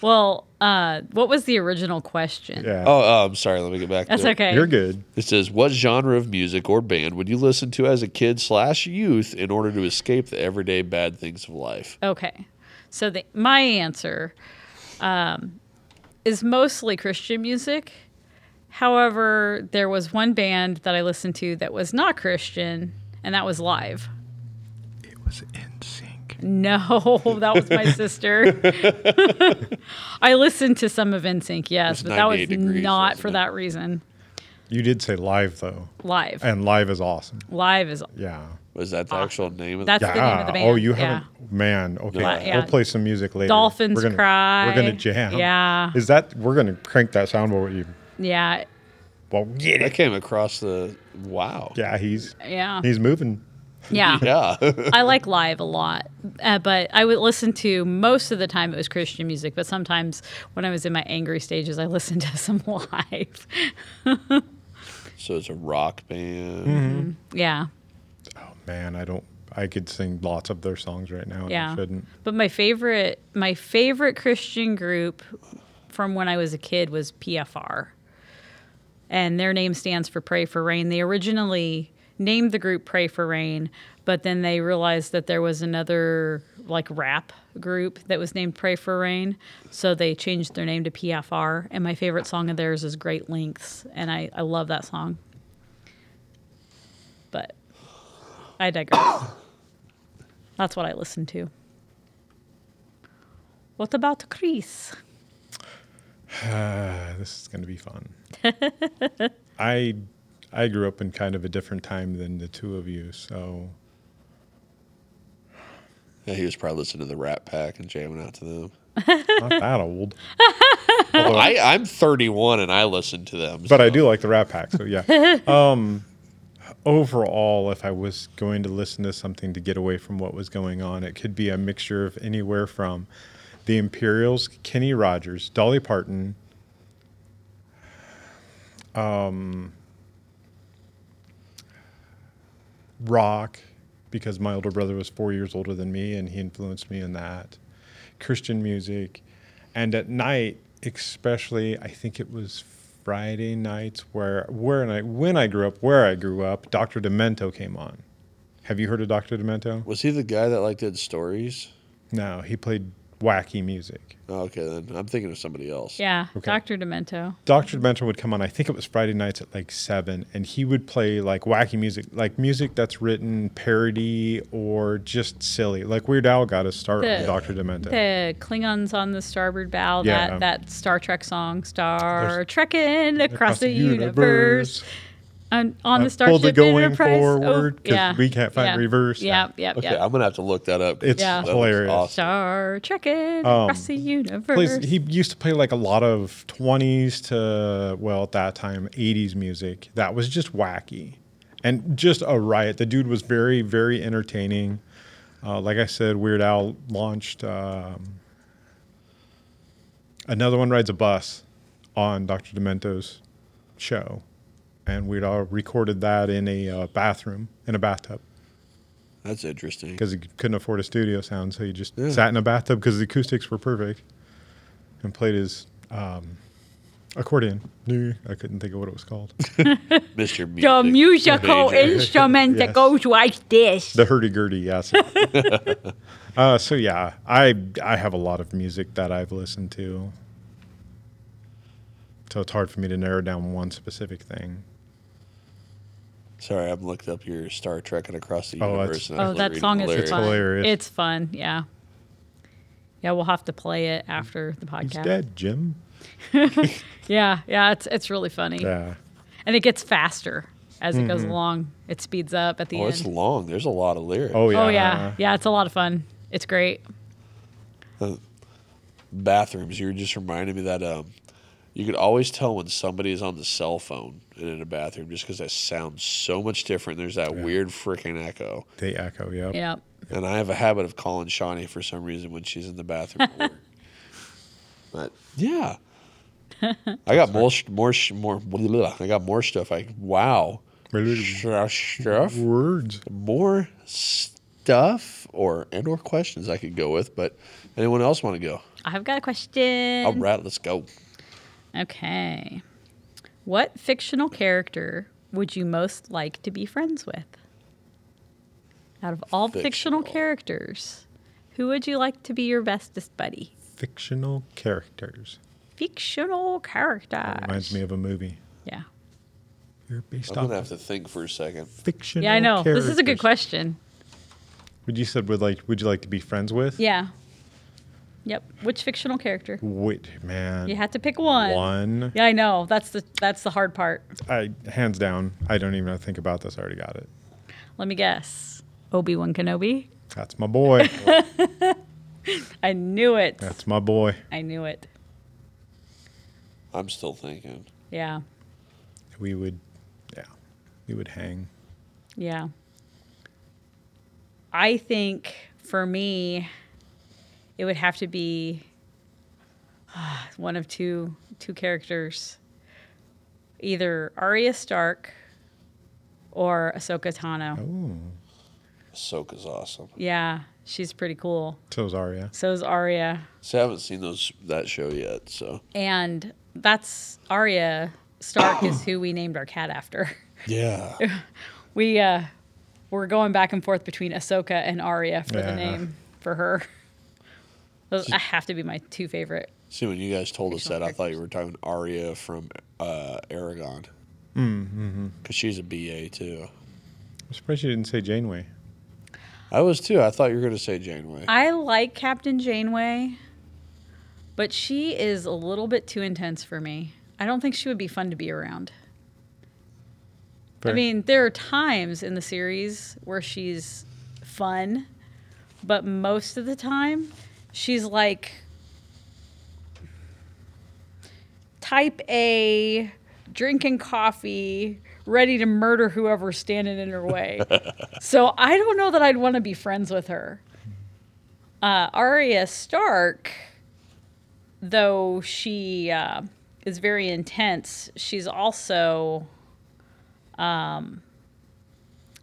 Speaker 3: Well, uh, what was the original question?
Speaker 1: Yeah.
Speaker 2: oh, oh, I'm sorry. Let me get back.
Speaker 3: That's
Speaker 2: to it.
Speaker 3: okay.
Speaker 1: You're good.
Speaker 2: It says, "What genre of music or band would you listen to as a kid slash youth in order to escape the everyday bad things of life?"
Speaker 3: Okay. So the, my answer um, is mostly Christian music. However, there was one band that I listened to that was not Christian, and that was Live.
Speaker 1: It was in sync.
Speaker 3: No, that was my sister. I listened to some of NSYNC, yes,
Speaker 2: It's
Speaker 3: but that was
Speaker 2: 98 degrees,
Speaker 3: not
Speaker 2: wasn't
Speaker 3: for
Speaker 2: it?
Speaker 3: that reason.
Speaker 1: You did say live though.
Speaker 3: Live.
Speaker 1: And live is awesome.
Speaker 3: Live is
Speaker 1: Yeah.
Speaker 2: Was that the actual name of
Speaker 3: That's
Speaker 1: Yeah.
Speaker 3: the name of the band.
Speaker 1: Oh, you
Speaker 3: yeah.
Speaker 1: haven't man, okay.
Speaker 2: Li-
Speaker 3: yeah.
Speaker 1: We'll play some music later.
Speaker 3: Dolphins
Speaker 1: we're gonna,
Speaker 3: Cry.
Speaker 1: We're gonna jam.
Speaker 3: Yeah.
Speaker 1: Is that we're gonna crank that soundboard with you
Speaker 3: Yeah.
Speaker 1: well get
Speaker 2: That
Speaker 1: it.
Speaker 2: came across the wow.
Speaker 1: Yeah, he's
Speaker 3: Yeah.
Speaker 1: he's moving.
Speaker 3: Yeah.
Speaker 2: Yeah.
Speaker 3: I like live a lot, uh, but I would listen to most of the time it was Christian music, but sometimes when I was in my angry stages, I listened to some live.
Speaker 2: so it's a rock band.
Speaker 1: Mm.
Speaker 3: yeah.
Speaker 1: Oh man, I don't. I could sing lots of their songs right now. And
Speaker 3: Yeah.
Speaker 1: I shouldn't.
Speaker 3: But my favorite my favorite Christian group from when I was a kid was PFR. And their name stands for Pray for Rain. They originally named the group Pray for Rain, but then they realized that there was another like rap group that was named Pray for Rain, so they changed their name to PFR. And my favorite song of theirs is Great Lengths, and I, I love that song. But I digress. That's what I listen to. What about the crease?
Speaker 1: Ah, this is gonna be fun. I I grew up in kind of a different time than the two of you, so
Speaker 2: Yeah, he was probably listening to the Rat Pack and jamming out to them.
Speaker 1: not that old.
Speaker 2: Well, I, I'm 31 and I listen to them.
Speaker 1: But I do like the Rat Pack, so yeah. Um, overall, if I was going to listen to something to get away from what was going on, it could be a mixture of anywhere from the Imperials, Kenny Rogers, Dolly Parton, um, rock, because my older brother was four years older than me, and he influenced me in that. Christian music, and at night, especially, I think it was Friday nights where where I when I grew up, where I grew up, Doctor Demento came on. Have you heard of Doctor Demento?
Speaker 2: Was he the guy that like did stories?
Speaker 1: No, he played wacky music.
Speaker 2: Oh, okay, then I'm thinking of somebody else.
Speaker 3: Yeah,
Speaker 1: Okay.
Speaker 3: Dr. Demento.
Speaker 1: Dr. Demento would come on, I think it was Friday nights at like seven, and he would play like wacky music, like music that's written parody or just silly. Like Weird Al got his start
Speaker 3: The-
Speaker 1: on Dr. Demento.
Speaker 3: The Klingons on the starboard bow,
Speaker 1: Yeah.
Speaker 3: that, that Star Trek song, Star Trekking across,
Speaker 1: Across
Speaker 3: the, universe. on, on
Speaker 1: Uh,
Speaker 3: the
Speaker 1: pull
Speaker 3: Starship
Speaker 1: the going
Speaker 3: Enterprise. Oh,
Speaker 1: forward, 'cause we can't find
Speaker 3: yeah,
Speaker 1: reverse
Speaker 3: Yeah,
Speaker 1: now.
Speaker 3: yeah,
Speaker 2: Okay,
Speaker 3: yeah.
Speaker 2: I'm gonna have to look that up.
Speaker 1: It's
Speaker 3: Yeah.
Speaker 1: hilarious.
Speaker 3: Star trekking across the universe.
Speaker 1: plays Um, he used to play like a lot of 20s to well at that time 80s music that was just wacky and just a riot the dude was very very entertaining uh, like i said weird al launched um, another one rides a bus on dr demento's show and we'd all recorded that in a uh, bathroom in a bathtub
Speaker 2: That's interesting.
Speaker 1: because he couldn't afford a studio sound, so he just
Speaker 2: Yeah.
Speaker 1: sat in a bathtub because the acoustics were perfect, and played his um, accordion. I couldn't think of what it was called.
Speaker 2: Mr. Music.
Speaker 3: the musical
Speaker 2: Major.
Speaker 3: instrument
Speaker 1: Yes.
Speaker 3: that goes like this.
Speaker 1: the hurdy gurdy, yes. uh, so yeah, I I have a lot of music that I've listened to, so it's hard for me to narrow down one specific thing.
Speaker 2: Sorry, I've looked up your Star Trek and Across the
Speaker 1: Oh, that's-
Speaker 2: Universe. and I
Speaker 3: oh,
Speaker 2: was
Speaker 3: that
Speaker 2: reading
Speaker 3: song is
Speaker 2: hilarious.
Speaker 3: fun.
Speaker 1: Hilarious.
Speaker 3: It's fun. Yeah. Yeah, we'll have to play it after the
Speaker 1: He's
Speaker 3: podcast.
Speaker 1: dead, Jim.
Speaker 3: Yeah, yeah, it's it's really funny,
Speaker 1: Yeah, Mm-hmm.
Speaker 3: and it gets faster as it goes along. It speeds up at the
Speaker 2: Oh,
Speaker 3: end.
Speaker 2: it's long. There's a lot of lyrics.
Speaker 1: Oh, yeah.
Speaker 3: Oh yeah, yeah, it's a lot of fun. It's great.
Speaker 2: bathrooms. You were just reminding me that um, you could always tell when somebody is on the cell phone and in a bathroom just because that sounds so much different. There's that weird freaking echo.
Speaker 1: they echo. Yep.
Speaker 3: Yeah,
Speaker 2: And I have a habit of calling Shawnee for some reason when she's in the bathroom. at work. but yeah, I got more sh- more sh- more. blah, blah, I got more stuff. I wow. Stuff, stuff
Speaker 1: Words.
Speaker 2: more stuff or and or questions I could go with, but anyone else want to go?
Speaker 3: I've got a question.
Speaker 2: All right, let's go.
Speaker 3: Okay, what fictional character would you most like to be friends with? Out of all fictional,
Speaker 2: Fictional.
Speaker 3: characters, who would you like to be your bestest buddy?
Speaker 1: Fictional characters.
Speaker 3: Fictional character.
Speaker 1: Reminds me of a movie.
Speaker 3: Yeah.
Speaker 1: You're based
Speaker 2: I'm
Speaker 1: off
Speaker 2: gonna have to think for a second.
Speaker 1: fictional.
Speaker 3: Yeah, I know. This is a good
Speaker 1: characters.
Speaker 3: question.
Speaker 1: Would you said would like would you like to be friends with?
Speaker 3: Yeah. Yep. Which fictional character?
Speaker 1: Wait, man.
Speaker 3: You had to pick one.
Speaker 1: One.
Speaker 3: Yeah, I know. That's the that's the hard part.
Speaker 1: I hands down. I don't even have to think about this. I already got it.
Speaker 3: Let me guess. Obi Wan Kenobi.
Speaker 1: That's my boy.
Speaker 3: I knew it.
Speaker 1: That's my boy.
Speaker 3: I knew it.
Speaker 2: I'm still thinking.
Speaker 3: Yeah.
Speaker 1: We would, yeah, we would hang.
Speaker 3: Yeah. I think for me, it would have to be ah, one of two two characters, either Arya Stark or Ahsoka Tano.
Speaker 2: Ahsoka's awesome.
Speaker 3: Yeah, she's pretty cool.
Speaker 1: So is Arya.
Speaker 3: So is Arya.
Speaker 2: So I haven't seen those that show yet. So
Speaker 3: And that's Arya Stark is who we named our cat after.
Speaker 2: yeah,
Speaker 3: We uh were going back and forth between Ahsoka and Arya for
Speaker 1: Yeah.
Speaker 3: the name for her. Those I have to be my two favorite.
Speaker 2: see when you guys told us that, I thought you were talking Arya from uh, Aragon, because she's a BA too.
Speaker 1: I'm surprised you didn't say Janeway.
Speaker 2: I was too. I thought you were gonna say Janeway.
Speaker 3: I like Captain Janeway, but she is a little bit too intense for me. I don't think she would be fun to be around. I
Speaker 1: Fair.
Speaker 3: mean, there are times in the series where she's fun, but most of the time, she's like type A, drinking coffee, ready to murder whoever's standing in her way. so I don't know that I'd want to be friends with her. Uh, Arya Stark, though she uh, is very intense, she's also um,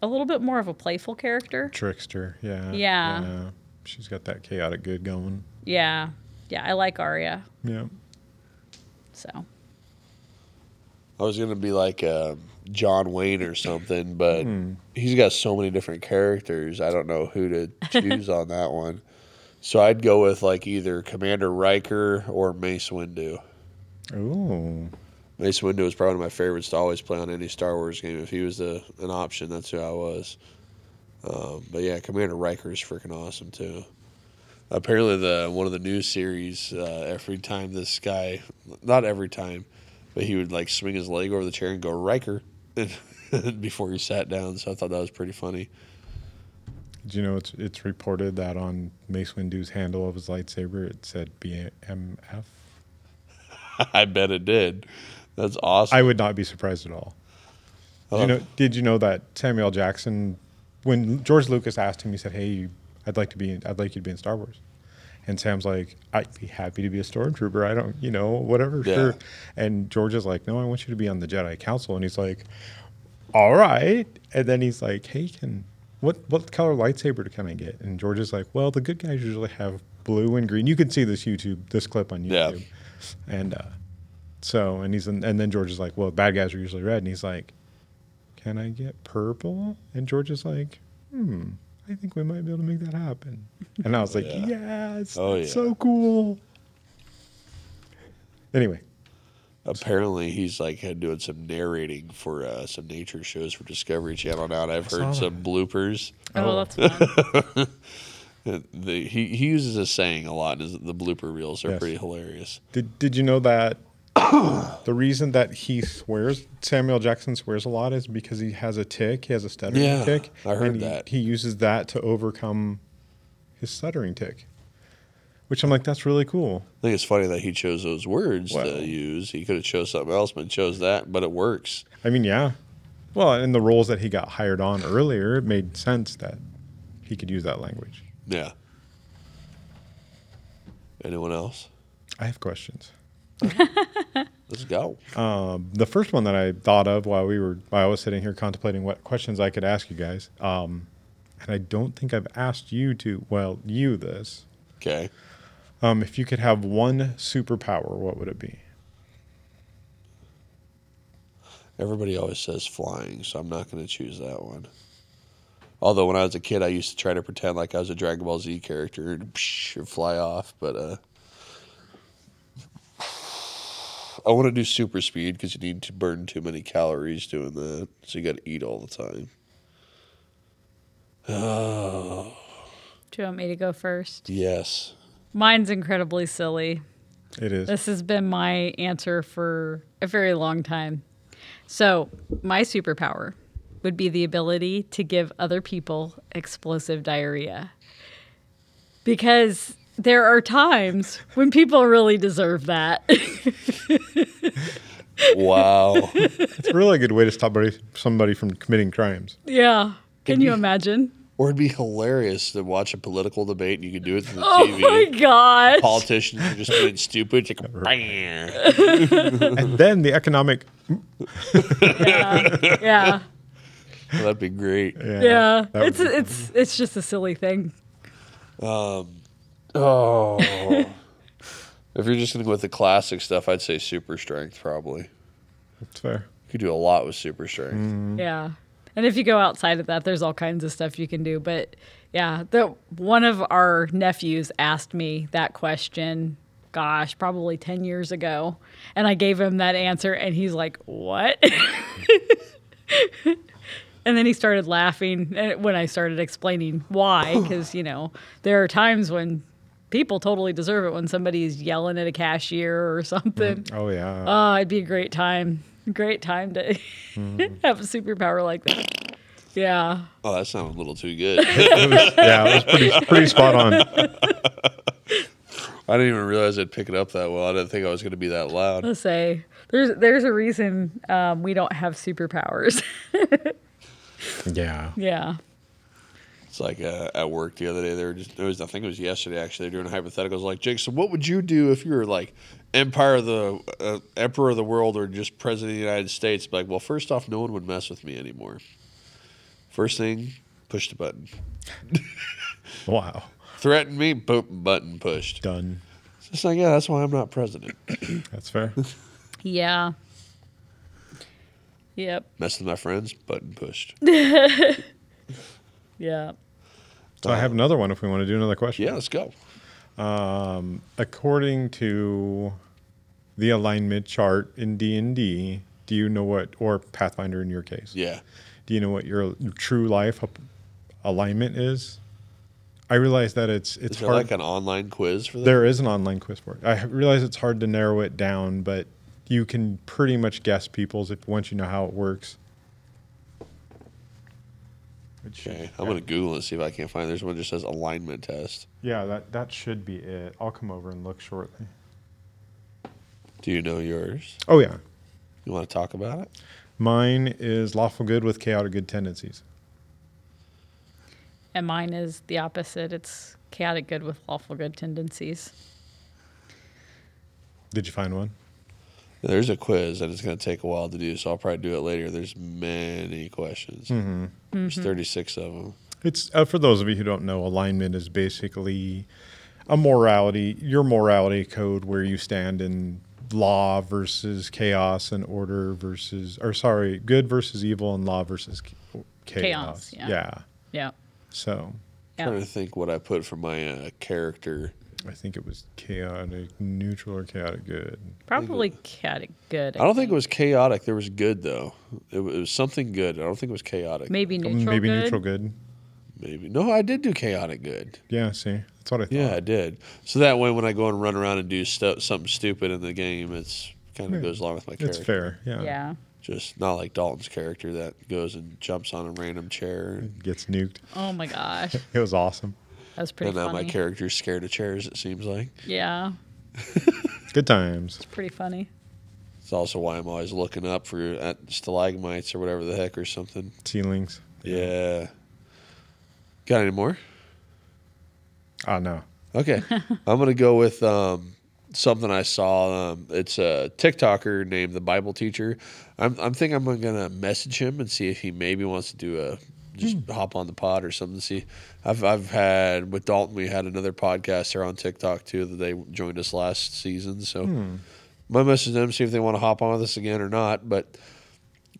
Speaker 3: a little bit more of a playful character.
Speaker 1: trickster. Yeah.
Speaker 3: Yeah.
Speaker 1: She's got that chaotic good going.
Speaker 3: Yeah. Yeah, I like Arya.
Speaker 1: Yeah.
Speaker 3: So,
Speaker 2: I was gonna be like um John Wayne or something, but he's got so many different characters. I don't know who to choose on that one. So I'd go with like either Commander Riker or Mace Windu.
Speaker 1: Ooh.
Speaker 2: Mace Windu was probably my favorites to always play on any Star Wars game. If he was the, an option, that's who I was. Um, but yeah, Commander Riker is freaking awesome too. Apparently, the one of the new series. Uh, every time this guy, not every time, but he would like swing his leg over the chair and go Riker, and before you sat down. So I thought that was pretty funny.
Speaker 1: Do you know it's it's reported that on Mace Windu's handle of his lightsaber it said BMF?
Speaker 2: I bet it did. That's awesome. Uh,
Speaker 1: I would not be surprised at all. Did you know? Did you know that Samuel L. Jackson, when George Lucas asked him, he said, "Hey, I'd like to be. In, I'd like you to be in Star Wars." And Sam's like, "I'd be happy to be a stormtrooper. I don't, you know, whatever,
Speaker 2: Yeah.
Speaker 1: sure." And George is like, "No, I want you to be on the Jedi Council." And he's like, "All right." And then he's like, "Hey, can what what color lightsaber can I get?" And George is like, "Well, the good guys usually have blue and green. You can see this YouTube this clip on
Speaker 2: Yeah.
Speaker 1: YouTube." And uh, so, and he's and then George is like, "Well, bad guys are usually red," and he's like, "Can I get purple?" And George is like, "Hmm, I think we might be able to make that happen." And I was like,
Speaker 2: Yeah.
Speaker 1: "Yes,
Speaker 2: Oh,
Speaker 1: that's
Speaker 2: yeah.
Speaker 1: so cool." Anyway,
Speaker 2: Apparently, he's like had doing some narrating for uh, some nature shows for Discovery Channel. Now, and I've
Speaker 1: saw
Speaker 2: heard some bloopers.
Speaker 3: Oh,
Speaker 1: Oh.
Speaker 3: that's fun.
Speaker 2: The, he he uses a saying a lot. Is the blooper reels are
Speaker 1: Yes.
Speaker 2: pretty hilarious.
Speaker 1: did did you know that the reason that he swears Samuel Jackson swears a lot is because he has a tick. He has a stuttering
Speaker 2: Yeah,
Speaker 1: tick.
Speaker 2: I heard
Speaker 1: he-
Speaker 2: that.
Speaker 1: He uses that to overcome his stuttering tick. Which I'm like, that's really cool.
Speaker 2: I think it's funny that he chose those words
Speaker 1: Well.
Speaker 2: to use. He could have chose something else, but chose that. But it works.
Speaker 1: I mean, yeah. Well, and the roles that he got hired on earlier, it made sense that he could use that language.
Speaker 2: Yeah. Anyone else?
Speaker 1: I have questions.
Speaker 2: Let's go.
Speaker 1: Uh, The first one that I thought of while we were while I was sitting here contemplating what questions I could ask you guys, um, and I don't think I've asked you to well you this.
Speaker 2: Okay.
Speaker 1: Um, if you could have one superpower, what would it be?
Speaker 2: Everybody always says flying, so I'm not going to choose that one. Although when I was a kid, I used to try to pretend like I was a Dragon Ball Z character and, psh, and fly off. But uh, I want to do super speed because you need to burn too many calories doing that, so you got to eat all the time.
Speaker 3: Do you want me to go first?
Speaker 2: Yes.
Speaker 3: Mine's incredibly silly.
Speaker 1: It is
Speaker 3: This has been my answer for a very long time. So, my superpower would be the ability to give other people explosive diarrhea. Because there are times when people really deserve that.
Speaker 2: Wow.
Speaker 1: it's a really good way to stop somebody- somebody from committing crimes.
Speaker 3: yeah. Can you imagine?
Speaker 2: or it'd be hilarious to watch a political debate and you could do it through the
Speaker 3: Oh
Speaker 2: TV.
Speaker 3: my gosh.
Speaker 2: Politicians are just being stupid. It's like, bam.
Speaker 1: And then the economic
Speaker 3: Yeah.
Speaker 2: That'd be great.
Speaker 1: yeah,
Speaker 3: Yeah.
Speaker 1: that would
Speaker 3: It's
Speaker 1: be-
Speaker 3: it's it's just a silly thing.
Speaker 2: Oh. if you're just going to go with the classic stuff, I'd say super strength probably. You
Speaker 1: it's fair.
Speaker 2: could do a lot with super strength.
Speaker 3: Yeah. And if you go outside of that, there's all kinds of stuff you can do. But yeah, the one of our nephews asked me that question, gosh, probably 10 years ago. And I gave him that answer and he's like, What? and then he started laughing and- when I started explaining why, because, you know, there are times when people totally deserve it when somebody's yelling at a cashier or something.
Speaker 1: Oh yeah.
Speaker 3: Oh, it'd be a great time. Great time to
Speaker 2: Mm-hmm.
Speaker 3: have a superpower like that. Yeah.
Speaker 2: Oh, that sounded a little too good.
Speaker 1: It was- yeah, it was pretty pretty spot on.
Speaker 2: I didn't even realize I'd pick it up that well. I didn't think I was going to be that loud.
Speaker 3: Let's say there's there's a reason um, we don't have superpowers.
Speaker 1: Yeah.
Speaker 3: yeah.
Speaker 2: It's like uh, at work the other day. They were just, it was, I think it was yesterday actually. They're doing hypotheticals like, Jake, so what would you do if you were like empire of the uh, emperor of the world or just president of the United States? Like, well, first off, no one would mess with me anymore. First thing, push the button.
Speaker 1: Wow.
Speaker 2: Threaten me, boop, button pushed.
Speaker 1: Done.
Speaker 2: It's just like, yeah, that's why I'm not president.
Speaker 1: That's fair.
Speaker 3: Yeah. Yep.
Speaker 2: Mess with my friends, button pushed.
Speaker 3: Yeah.
Speaker 1: So I have another one if we want to do another question.
Speaker 2: Yeah, let's go.
Speaker 1: According to the alignment chart in D&D, do you know what or Pathfinder in your case?
Speaker 2: Yeah.
Speaker 1: Do you know what your true life ap- alignment is? I realize that it's it's
Speaker 2: Is there
Speaker 1: hard.
Speaker 2: like an online quiz for that?
Speaker 1: there is an online quiz for it. I realize it's hard to narrow it down, but you can pretty much guess people's if once you know how it works. It should-
Speaker 2: Okay, I'm gonna Google and see if I can't find. There's one that just says alignment test.
Speaker 1: Yeah, that that should be it. I'll come over and look shortly.
Speaker 2: Do you know yours?
Speaker 1: Oh yeah,
Speaker 2: You want to talk about it?
Speaker 1: mine is lawful good with chaotic good tendencies.
Speaker 3: And mine is the opposite. It's chaotic good with lawful good tendencies.
Speaker 1: Did you find one?
Speaker 2: There's a quiz and it's gonna take a while to do, so I'll probably do it later. There's many questions.
Speaker 1: Mm-hmm.
Speaker 2: There's 36 of them.
Speaker 1: It's uh, for those of you who don't know, alignment is basically a morality, your morality code where you stand in law versus chaos and order versus, or sorry, good versus evil and law versus ca- chaos.
Speaker 3: Chaos, yeah. Yeah.
Speaker 1: So
Speaker 3: Yeah.
Speaker 2: Trying to think what I put for my uh, character.
Speaker 1: I think it was chaotic neutral or chaotic good.
Speaker 3: Probably chaotic good.
Speaker 2: I don't think it was chaotic. There was good though. It was, it was something good. I don't think it was chaotic.
Speaker 3: maybe neutral.
Speaker 1: Maybe
Speaker 3: good.
Speaker 1: neutral good.
Speaker 2: Maybe. No, I did do chaotic good.
Speaker 1: Yeah, see, that's what I thought.
Speaker 2: Yeah, I did. So that way, when I go and run around and do stu- something stupid in the game, it's kind of goes along with my
Speaker 1: it's
Speaker 2: character.
Speaker 1: fair. Yeah.
Speaker 3: Yeah.
Speaker 2: Just not like Dalton's character that goes and jumps on a random chair.
Speaker 1: Gets nuked.
Speaker 3: Oh my gosh, that
Speaker 1: It was awesome.
Speaker 3: was pretty
Speaker 2: And now my
Speaker 3: funny.
Speaker 2: character's scared of chairs. It seems like
Speaker 3: yeah,
Speaker 1: Good times.
Speaker 3: pretty funny.
Speaker 2: it's also why I'm always looking up for at stalagmites or whatever the heck or something.
Speaker 1: Ceilings.
Speaker 2: Yeah. Got any more?
Speaker 1: Oh, no.
Speaker 2: Okay, I'm gonna go with um, something I saw. Um, it's a TikToker named the Bible Teacher. I'm, I'm thinking I'm gonna message him and see if he maybe wants to do a just hop on the pod or something. See, I've I've had with Dalton. We had another podcaster on TikTok too that they joined us last season. So my message to them see if they want to hop on with us again or not. But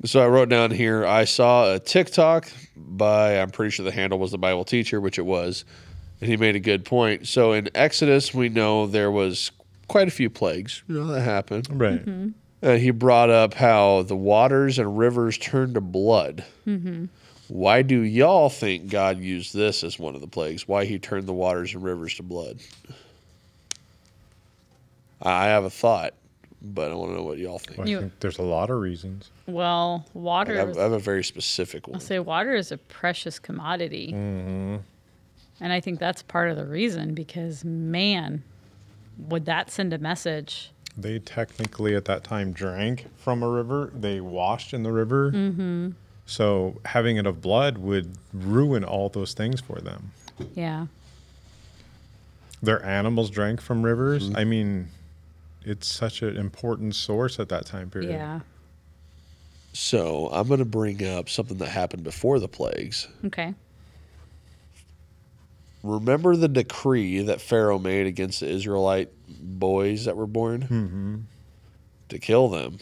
Speaker 2: so I wrote down here I saw a TikTok by I'm pretty sure the handle was the Bible teacher, which it was, and he made a good point. So in Exodus we know there was quite a few plagues, you know, that happened.
Speaker 1: Right.
Speaker 2: And he brought up how the waters and rivers turned to blood. Why do y'all think God used this as one of the plagues? Why he turned the waters and rivers to blood? I I have a thought, but I want to know what y'all think.
Speaker 1: Well, I
Speaker 3: You-
Speaker 1: think there's a lot of reasons.
Speaker 3: Well,
Speaker 2: I
Speaker 3: water.
Speaker 2: have,
Speaker 3: is-
Speaker 2: I have a very specific one.
Speaker 3: I'll say water is a precious commodity, and I think that's part of the reason because man, would that send a message?
Speaker 1: They technically at that time drank from a river. They washed in the river. Mm-hmm. So having it of blood would ruin all those things for them.
Speaker 3: Yeah.
Speaker 1: Their animals drank from rivers. I mean, it's such an important source at that time period.
Speaker 3: Yeah.
Speaker 2: So I'm going to bring up something that happened before the plagues.
Speaker 3: Okay.
Speaker 2: Remember the decree that Pharaoh made against the Israelite boys that were born mm-hmm. to kill them,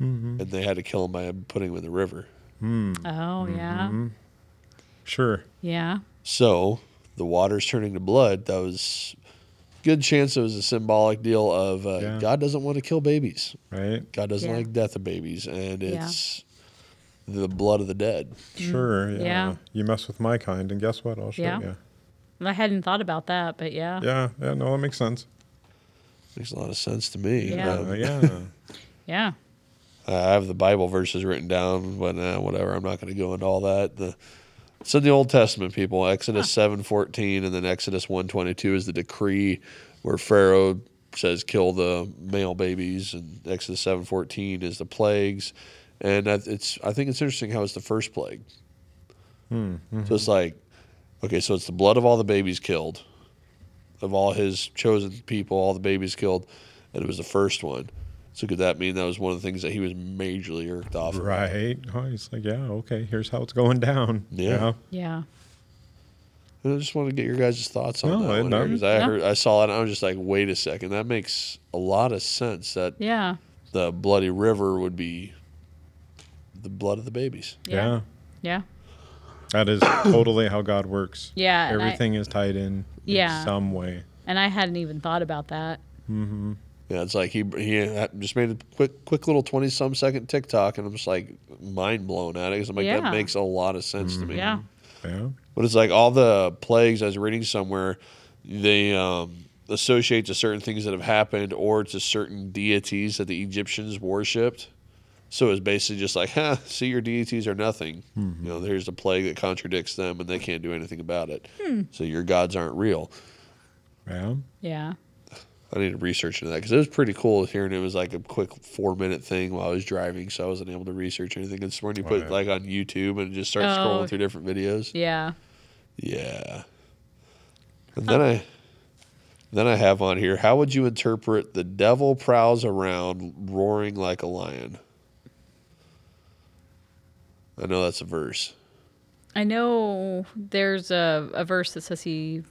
Speaker 2: mm-hmm. and they had to kill them by putting them in the river.
Speaker 3: Oh yeah.
Speaker 1: Sure.
Speaker 3: Yeah.
Speaker 2: So the waters turning to blood. That was good chance. It was a symbolic deal of uh,
Speaker 1: Yeah.
Speaker 2: God doesn't want to kill babies.
Speaker 1: Right.
Speaker 2: God doesn't
Speaker 3: Yeah.
Speaker 2: like death of babies, and
Speaker 3: Yeah.
Speaker 2: it's the blood of the dead.
Speaker 1: Sure. Yeah.
Speaker 3: Yeah.
Speaker 1: You mess with my kind, and guess what? I'll show
Speaker 3: Yeah.
Speaker 1: you.
Speaker 3: I hadn't thought about that, but yeah. Yeah.
Speaker 1: Yeah. Yeah. No, that makes sense.
Speaker 2: Makes a lot of sense to me. Um,
Speaker 3: Yeah.
Speaker 1: Uh, yeah.
Speaker 2: Uh, I have the Bible verses written down, but uh, whatever. I'm not going to go into all that. The, it's in the Old Testament, people. Exodus seven fourteen, and then Exodus one twenty two is the decree where Pharaoh says kill the male babies, and Exodus seven fourteen is the plagues. And I, it's I think it's interesting how it's the first plague. So it's like, okay, so it's the blood of all the babies killed, of all his chosen people, all the babies killed, and it was the first one. So could that mean that was one of the things that he was majorly irked off? of?
Speaker 1: right. Oh, he's like, yeah. Okay. Here's how it's going down.
Speaker 2: Yeah.
Speaker 3: Yeah.
Speaker 2: And I just wanted to get your guys' thoughts on
Speaker 1: No,
Speaker 2: that
Speaker 1: I-
Speaker 2: one
Speaker 1: no.
Speaker 2: because I
Speaker 3: Yeah.
Speaker 2: heard, I saw it, and I was just like, wait a second, that makes a lot of sense. That
Speaker 3: Yeah.
Speaker 2: the bloody river would be the blood of the babies.
Speaker 1: yeah.
Speaker 3: Yeah.
Speaker 1: That is totally how God works.
Speaker 3: Yeah, and I-
Speaker 1: Everything is tied in
Speaker 3: Yeah.
Speaker 1: in some way.
Speaker 3: And I hadn't even thought about that.
Speaker 2: Yeah, it's like he he just made a quick quick little twenty some second TikTok, and I'm just like mind blown at it because I'm like
Speaker 3: Yeah.
Speaker 2: that makes a lot of sense to me.
Speaker 3: Yeah.
Speaker 1: Yeah.
Speaker 2: But it's like all the plagues I was reading somewhere, they um, associate to certain things that have happened or to certain deities that the Egyptians worshipped. So it's basically just like, huh, see, your deities are nothing. You know, there's a plague that contradicts them and they can't do anything about it. So your gods aren't real.
Speaker 1: Yeah.
Speaker 3: Yeah.
Speaker 2: I need to research into that because it was pretty cool hearing it was like a quick four minute thing while I was driving, so I wasn't able to research anything. It's when you put
Speaker 1: Right.
Speaker 2: like on YouTube and just start
Speaker 3: Oh.
Speaker 2: scrolling through different videos.
Speaker 3: Yeah.
Speaker 2: Yeah. And then I then I have on here, how would you interpret the devil prowls around roaring like a lion? I know that's a verse.
Speaker 3: I know there's a, a verse that says he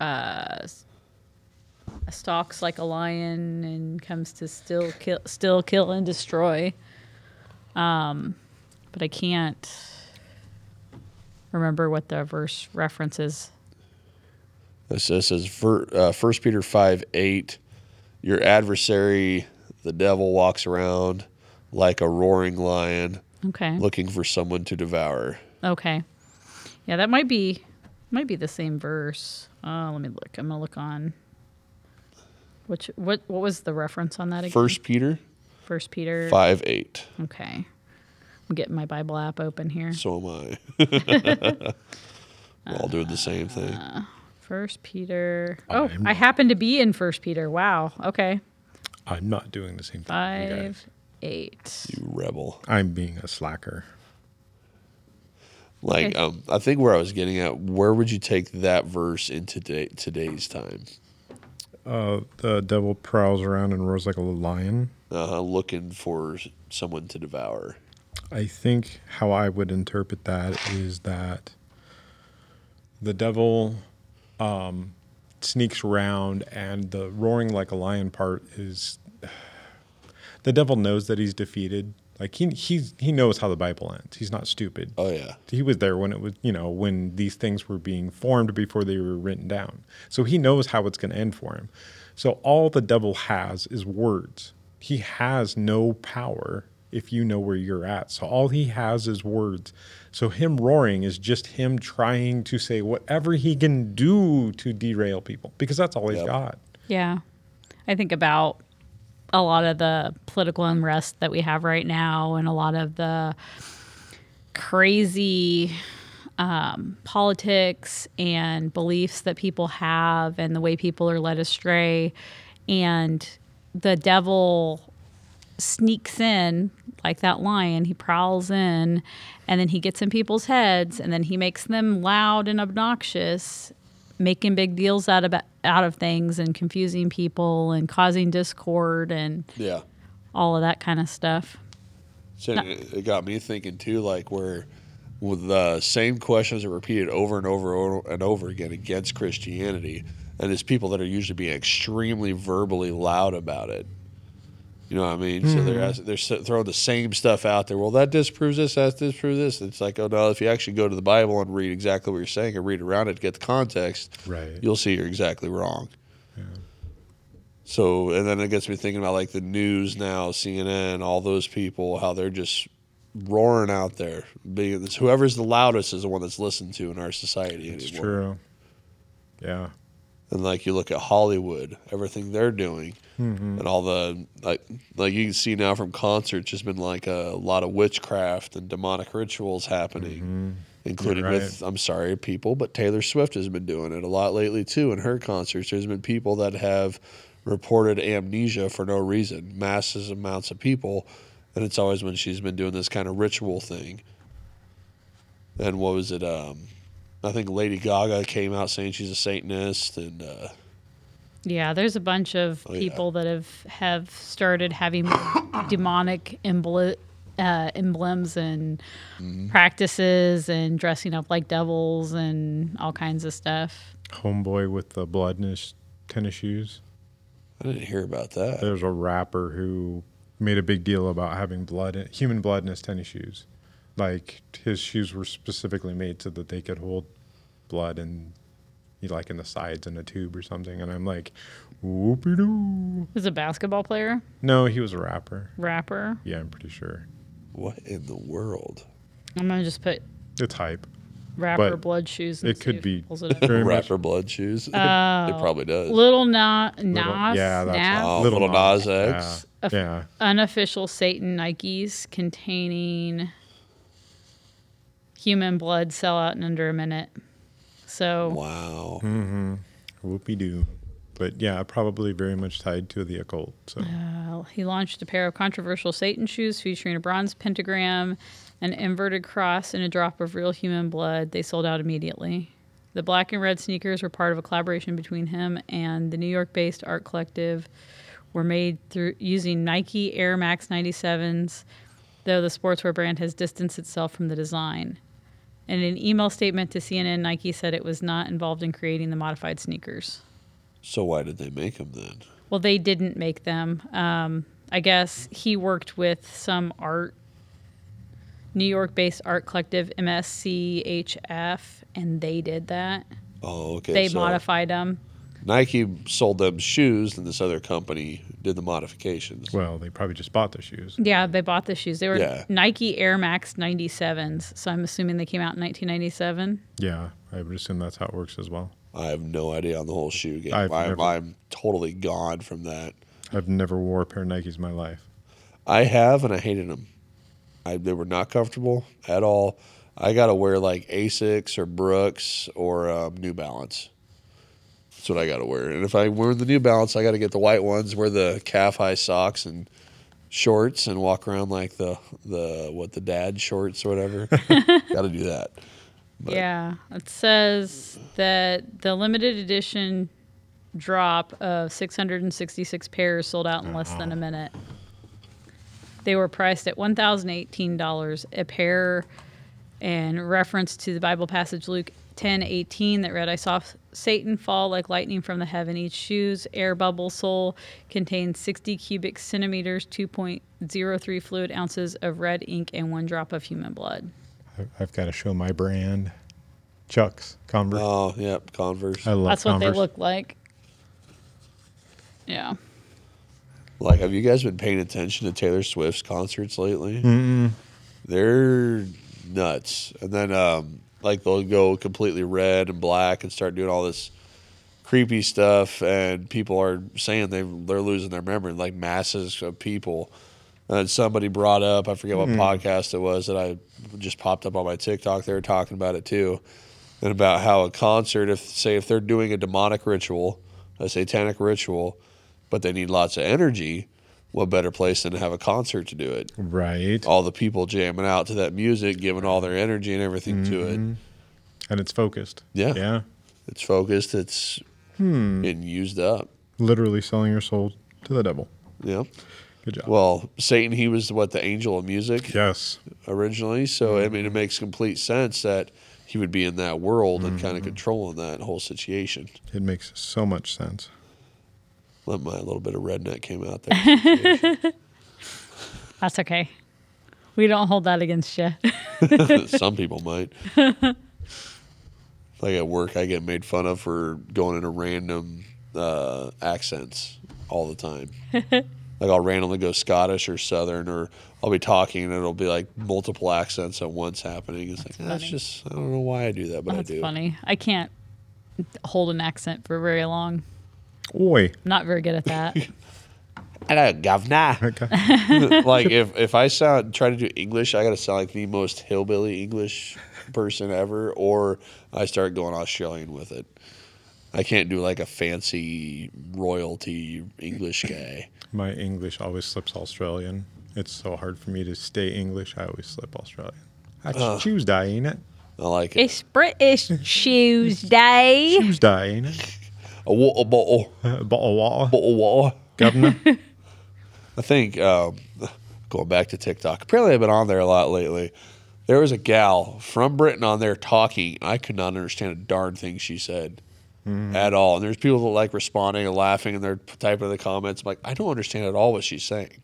Speaker 3: uh, s- stalks like a lion and comes to still kill, still kill and destroy. Um, but I can't remember what the verse references.
Speaker 2: This, this says ver, uh, 1 Peter 5 8. Your adversary, the devil, walks around like a roaring lion
Speaker 3: Okay.
Speaker 2: looking for someone to devour.
Speaker 3: Okay. Yeah, that might be might be the same verse. Uh, let me look. I'm gonna look on. Which what what was the reference on that again?
Speaker 2: First Peter
Speaker 3: First Peter.
Speaker 2: 5 8.
Speaker 3: Okay. I'm getting my Bible app open here.
Speaker 2: So am I. We're all doing the same thing.
Speaker 3: First Peter. Oh,
Speaker 1: I'm-
Speaker 3: I happen to be in First Peter. Wow. Okay.
Speaker 1: I'm not doing the same thing. you guys.
Speaker 3: Five, eight.
Speaker 2: You rebel.
Speaker 1: I'm being a slacker.
Speaker 2: Like,
Speaker 3: Okay.
Speaker 2: um, I think where I was getting at, where would you take that verse in today, today's time?
Speaker 1: The devil prowls around and roars like a lion.
Speaker 2: Uh, looking for s- someone to devour.
Speaker 1: I think how I would interpret that is that the devil um, sneaks around, and the roaring like a lion part is the devil knows that he's defeated. Like he he's, he knows how the Bible ends. He's not stupid.
Speaker 2: Oh, yeah.
Speaker 1: he was there when it was you know when these things were being formed before they were written down so he knows how it's going to end for him so all the devil has is words he has no power if you know where you're at so all he has is words so him roaring is just him trying to say whatever he can do to derail people because that's all he's
Speaker 2: Yep.
Speaker 1: got
Speaker 3: Yeah. I think about a lot of the political unrest that we have right now and a lot of the crazy um, politics and beliefs that people have and the way people are led astray. And the devil sneaks in like that lion. He prowls in and then he gets in people's heads and then he makes them loud and obnoxious, making big deals out of out of things and confusing people and causing discord and
Speaker 2: Yeah.
Speaker 3: all of that kind of stuff.
Speaker 2: So it it got me thinking too, like where with the same questions are repeated over and over o- and over again against Christianity, and it's people that are usually being extremely verbally loud about it. You know what I mean? So they're ask- they're s- throwing the same stuff out there. Well, that disproves this. That disproves this. It's like, oh no! If you actually go to the Bible and read exactly what you're saying and read around it, get the context,
Speaker 1: Right.
Speaker 2: You'll see you're exactly wrong. So, and then it gets me thinking about like the news now, CNN, all those people, how they're just roaring out there. Being it's whoever's the loudest is the one that's listened to in our society
Speaker 1: it's
Speaker 2: anymore.
Speaker 1: true yeah
Speaker 2: And like you look at Hollywood, everything they're doing,
Speaker 1: Mm-hmm.
Speaker 2: and all the like, like you can see now from concerts, there's been like a lot of witchcraft and demonic rituals happening, including
Speaker 1: Mm-hmm. You're right.
Speaker 2: with I'm sorry, people, but Taylor Swift has been doing it a lot lately too. In her concerts, there's been people that have reported amnesia for no reason, masses amounts of people, and it's always when she's been doing this kind of ritual thing. And what was it? Um, I think Lady Gaga came out saying she's a Satanist, and uh,
Speaker 3: Yeah, there's a bunch of
Speaker 2: yeah.
Speaker 3: people that have have started having demonic emble- uh, emblems and practices and dressing up like devils and all kinds of stuff.
Speaker 1: homeboy with the blood in his tennis shoes
Speaker 2: I didn't hear about that.
Speaker 1: there's a rapper who made a big deal about having blood, in, human blood in his tennis shoes. Like his shoes were specifically made so that they could hold blood and you know, like in the sides in a tube or something. And I'm like, whoopie doo.
Speaker 3: Is a basketball player,
Speaker 1: No, he was a rapper.
Speaker 3: rapper.
Speaker 1: Yeah, I'm pretty sure.
Speaker 2: What in the world?
Speaker 3: I'm gonna just put
Speaker 1: It's hype.
Speaker 3: rapper
Speaker 1: But
Speaker 3: blood shoes. And
Speaker 1: it
Speaker 3: see
Speaker 1: could
Speaker 3: if
Speaker 1: be-
Speaker 3: pulls it up.
Speaker 1: Very much-
Speaker 2: Rapper blood shoes. it probably does.
Speaker 3: Little Na- Nas.
Speaker 1: yeah, that's
Speaker 3: Nas?
Speaker 2: Oh,
Speaker 1: Little
Speaker 2: little
Speaker 1: Nas,
Speaker 2: Nas X.
Speaker 3: of
Speaker 1: Yeah.
Speaker 3: unofficial Satan Nikes containing human blood sell out in under a minute. So
Speaker 2: Wow.
Speaker 1: Hmm. Whoopie doo. But yeah, probably very much tied to the occult. So
Speaker 3: uh, he launched a pair of controversial Satan shoes featuring a bronze pentagram, an inverted cross, and a drop of real human blood. They sold out immediately. The black and red sneakers were part of a collaboration between him and the New York-based art collective. Were made through using Nike Air Max 97s, though the sportswear brand has distanced itself from the design. In an email statement to CNN, Nike said it was not involved in creating the modified sneakers.
Speaker 2: So why did they make them then?
Speaker 3: Well, they didn't make them. Um, I guess he worked with some art, New York based art collective MSCHF, and they did that.
Speaker 2: Oh, okay.
Speaker 3: they
Speaker 2: so
Speaker 3: modified them.
Speaker 2: Nike sold them shoes, and this other company did the modifications.
Speaker 1: well, they probably just bought the shoes.
Speaker 3: Yeah, they bought the shoes. They were
Speaker 2: Yeah.
Speaker 3: Nike Air Max 97s. So I'm assuming they came out in 1997.
Speaker 1: Yeah, I would assume that's how it works as well.
Speaker 2: I have no idea on the whole shoe game.
Speaker 1: I've
Speaker 2: I'm,
Speaker 1: never-
Speaker 2: I'm totally gone from that.
Speaker 1: I've never wore a pair of Nikes in my life.
Speaker 2: I have, and I hated them. I, they were not comfortable at all. I got to wear like Asics or Brooks or um, New Balance. That's what I got to wear. And if I wear the New Balance, I got to get the white ones, wear the calf high socks and shorts, and walk around like the the what the dad shorts or whatever. got to do that. But-
Speaker 3: Yeah, it says that the limited edition drop of 666 pairs sold out in less than a minute. They were priced at $1,018 a pair in reference to the Bible passage Luke 10 18 that read, I saw Satan fall like lightning from the heaven. Each shoe's air bubble sole contained 60 cubic centimeters, 2.03 fluid ounces of red ink, and one drop of human blood.
Speaker 1: I- I've got to show my brand. Chucks, Converse.
Speaker 2: Oh, yep, Converse.
Speaker 1: I love
Speaker 3: That's what
Speaker 1: Converse.
Speaker 3: they look like. Yeah.
Speaker 2: Like, have you guys been paying attention to Taylor Swift's concerts lately? mm They're nuts. And then, um, like, they'll go completely red and black and start doing all this creepy stuff. And people are saying they, they're losing their memory, like masses of people. And somebody brought up, I forget what podcast it was that I just popped up on my TikTok. They were talking about it too. And about how a concert, if say if they're doing a demonic ritual, a satanic ritual, but they need lots of energy, what better place than to have a concert to do it?
Speaker 1: Right.
Speaker 2: All the people jamming out to that music, giving all their energy and everything to it.
Speaker 1: And it's focused.
Speaker 2: Yeah.
Speaker 1: Yeah.
Speaker 2: It's focused, it's getting used up.
Speaker 1: Literally selling your soul to the devil.
Speaker 2: Yeah.
Speaker 1: Good job.
Speaker 2: Well, Satan, he was what, the angel of music?
Speaker 1: yes.
Speaker 2: originally. So
Speaker 3: Mm-hmm.
Speaker 2: I mean, it makes complete sense that he would be in that world and
Speaker 3: Mm-hmm.
Speaker 2: kind of controlling that whole situation.
Speaker 1: It makes so much sense.
Speaker 2: Let my little bit of redneck came out there.
Speaker 3: That's okay. We don't hold that against you.
Speaker 2: Some people might. Like at work, I get made fun of for going into random uh, accents all the time. like I'll randomly go Scottish or Southern, or I'll be talking and it'll be like multiple accents at once happening. It's like that's
Speaker 3: funny.
Speaker 2: just I don't know why I do that, but
Speaker 3: That's
Speaker 2: I do.
Speaker 3: funny. I can't hold an accent for very long.
Speaker 1: Oi.
Speaker 3: I'm not very good at that.
Speaker 2: Hello, governor.
Speaker 1: Okay.
Speaker 2: like if if I sound try to do English, I gotta sound like the most hillbilly English person ever, or I start going Australian with it. I can't do like a fancy royalty English guy.
Speaker 1: my English always slips Australian. It's so hard for me to stay English. I always slip Australian. I
Speaker 2: Uh.
Speaker 1: choose die, ain't it?
Speaker 2: I like it.
Speaker 3: it's British Tuesday.
Speaker 1: Choose die, ain't it?
Speaker 2: A oh. water bottle,
Speaker 1: A bottle of water.
Speaker 2: bottle water.
Speaker 1: Governor.
Speaker 2: I think um, going back to TikTok. Apparently, I've been on there a lot lately. There was a gal from Britain on there talking. I could not understand a darn thing she said at all. And there's people that like responding and laughing, and they're typing in the comments. I'm like, I don't understand at all what she's saying.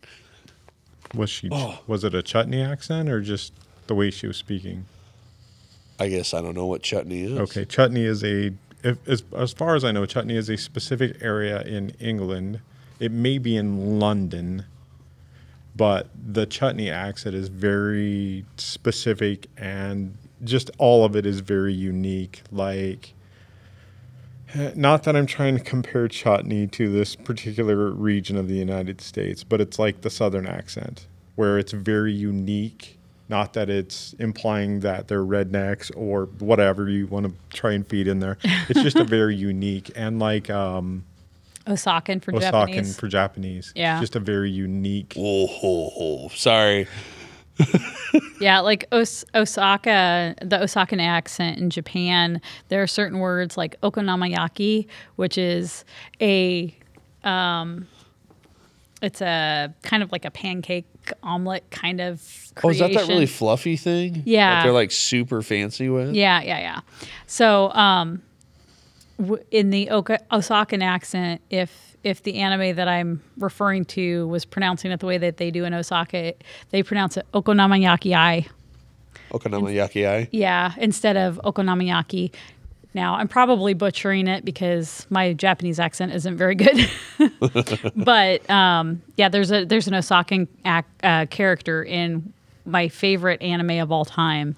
Speaker 1: Was she?
Speaker 2: Oh.
Speaker 1: Was it a chutney accent or just the way she was speaking?
Speaker 2: I guess I don't know what chutney is.
Speaker 1: Okay, chutney is a if, as as far as I know, chutney is a specific area in England. It may be in London, but the chutney accent is very specific and just all of it is very unique. Like Not that I'm trying to compare chutney to this particular region of the United States, but it's like the Southern accent where it's very unique. Not that it's implying that they're rednecks or whatever you want to try and feed in there. It's just a very unique and like um,
Speaker 3: Osakin for
Speaker 1: Osakan
Speaker 3: Japanese.
Speaker 1: for Japanese.
Speaker 3: Yeah.
Speaker 1: Just a very unique.
Speaker 2: Oh, ho, ho. sorry.
Speaker 3: Yeah, like Os- Osaka, the Osakan accent in Japan, there are certain words like okonomiyaki, which is a um it's a kind of like a pancake omelet kind of
Speaker 2: Oh,
Speaker 3: creation.
Speaker 2: is that that really fluffy thing?
Speaker 3: Yeah.
Speaker 2: That they're like super fancy with?
Speaker 3: Yeah, yeah, yeah. So, um, w- in the Oka- Osakan accent, if if the anime that I'm referring to was pronouncing it the way that they do in Osaka, they pronounce it okonomiyaki i.
Speaker 2: Okonomiyaki eye.
Speaker 3: Yeah, instead of okonomiyaki. Now, I'm probably butchering it because my Japanese accent isn't very good. but um, yeah, there's a there's an Osakan ac- uh, character in my favorite anime of all time.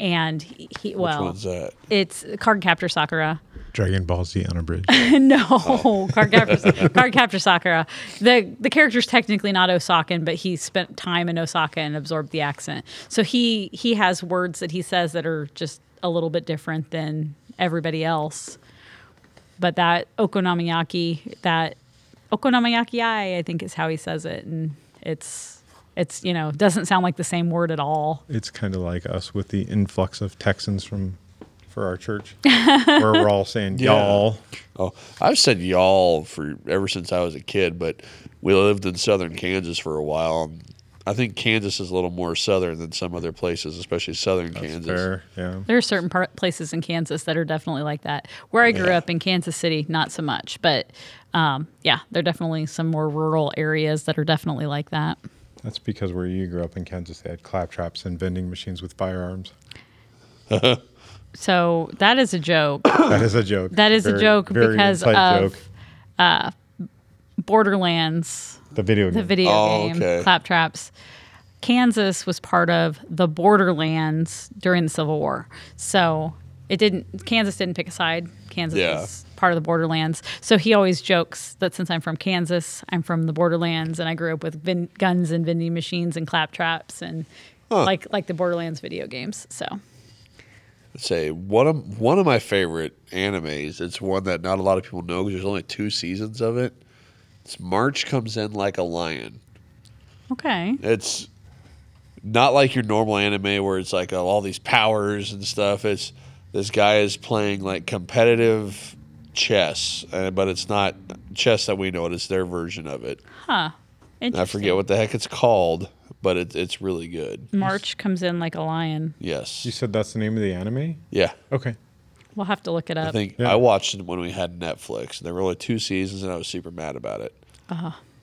Speaker 3: And he, he-
Speaker 2: Which
Speaker 3: well,
Speaker 2: one's that?
Speaker 3: it's Card Captor Sakura.
Speaker 1: Dragon Ball Z on a bridge.
Speaker 3: no, Card Captor Card Captor Sakura. The the character's technically not Osakan, but he spent time in Osaka and absorbed the accent. So he he has words that he says that are just a little bit different than everybody else. But that okonomiyaki, that okonomiyaki, I think is how he says it, and it's it's you know doesn't sound like the same word at all.
Speaker 1: It's kind of like us with the influx of Texans from for our church, where we're all saying
Speaker 2: Yeah.
Speaker 1: y'all.
Speaker 2: Oh, I've said y'all for ever since I was a kid, but we lived in southern Kansas for a while. and I think Kansas is a little more southern than some other places, especially southern Kansas.
Speaker 1: Fair, yeah.
Speaker 3: There are certain par- places in Kansas that are definitely like that. Where I grew up in Kansas City, not so much, but um, yeah, there are definitely some more rural areas that are definitely like that.
Speaker 1: That's because where you grew up in Kansas, they had claptraps and vending machines with firearms.
Speaker 3: So that is a joke.
Speaker 1: That is a joke.
Speaker 3: That is a
Speaker 1: Very-
Speaker 3: joke
Speaker 1: very
Speaker 3: because
Speaker 1: inside
Speaker 3: of- Borderlands,
Speaker 1: the video
Speaker 3: the
Speaker 1: game.
Speaker 3: video
Speaker 2: Oh,
Speaker 3: game,
Speaker 2: okay.
Speaker 3: Claptraps. Kansas was part of the Borderlands during the Civil War, so it didn't. Kansas didn't pick a side. Kansas
Speaker 2: Yeah.
Speaker 3: was part of the Borderlands, so he always jokes that since I'm from Kansas, I'm from the Borderlands, and I grew up with vin- guns and vending machines and claptraps and like like the Borderlands video games. So
Speaker 2: say one of one of my favorite animes. It's one that not a lot of people know because there's only two seasons of it. It's March comes in like a lion.
Speaker 3: okay,
Speaker 2: It's not like your normal anime where it's like uh, all these powers and stuff. It's this guy is playing like competitive chess, uh, but it's not chess that we know it. It's their version of it. And I forget what the heck it's called, but it, it's really good.
Speaker 3: March comes in like a lion.
Speaker 1: You
Speaker 2: Yes.
Speaker 1: said that's the name of the anime?
Speaker 2: Yeah.
Speaker 1: Okay.
Speaker 3: We'll have to look it
Speaker 2: I
Speaker 3: up.
Speaker 2: think
Speaker 1: Yeah.
Speaker 2: I watched it when we had Netflix. and There were only two seasons, and I was super mad about it.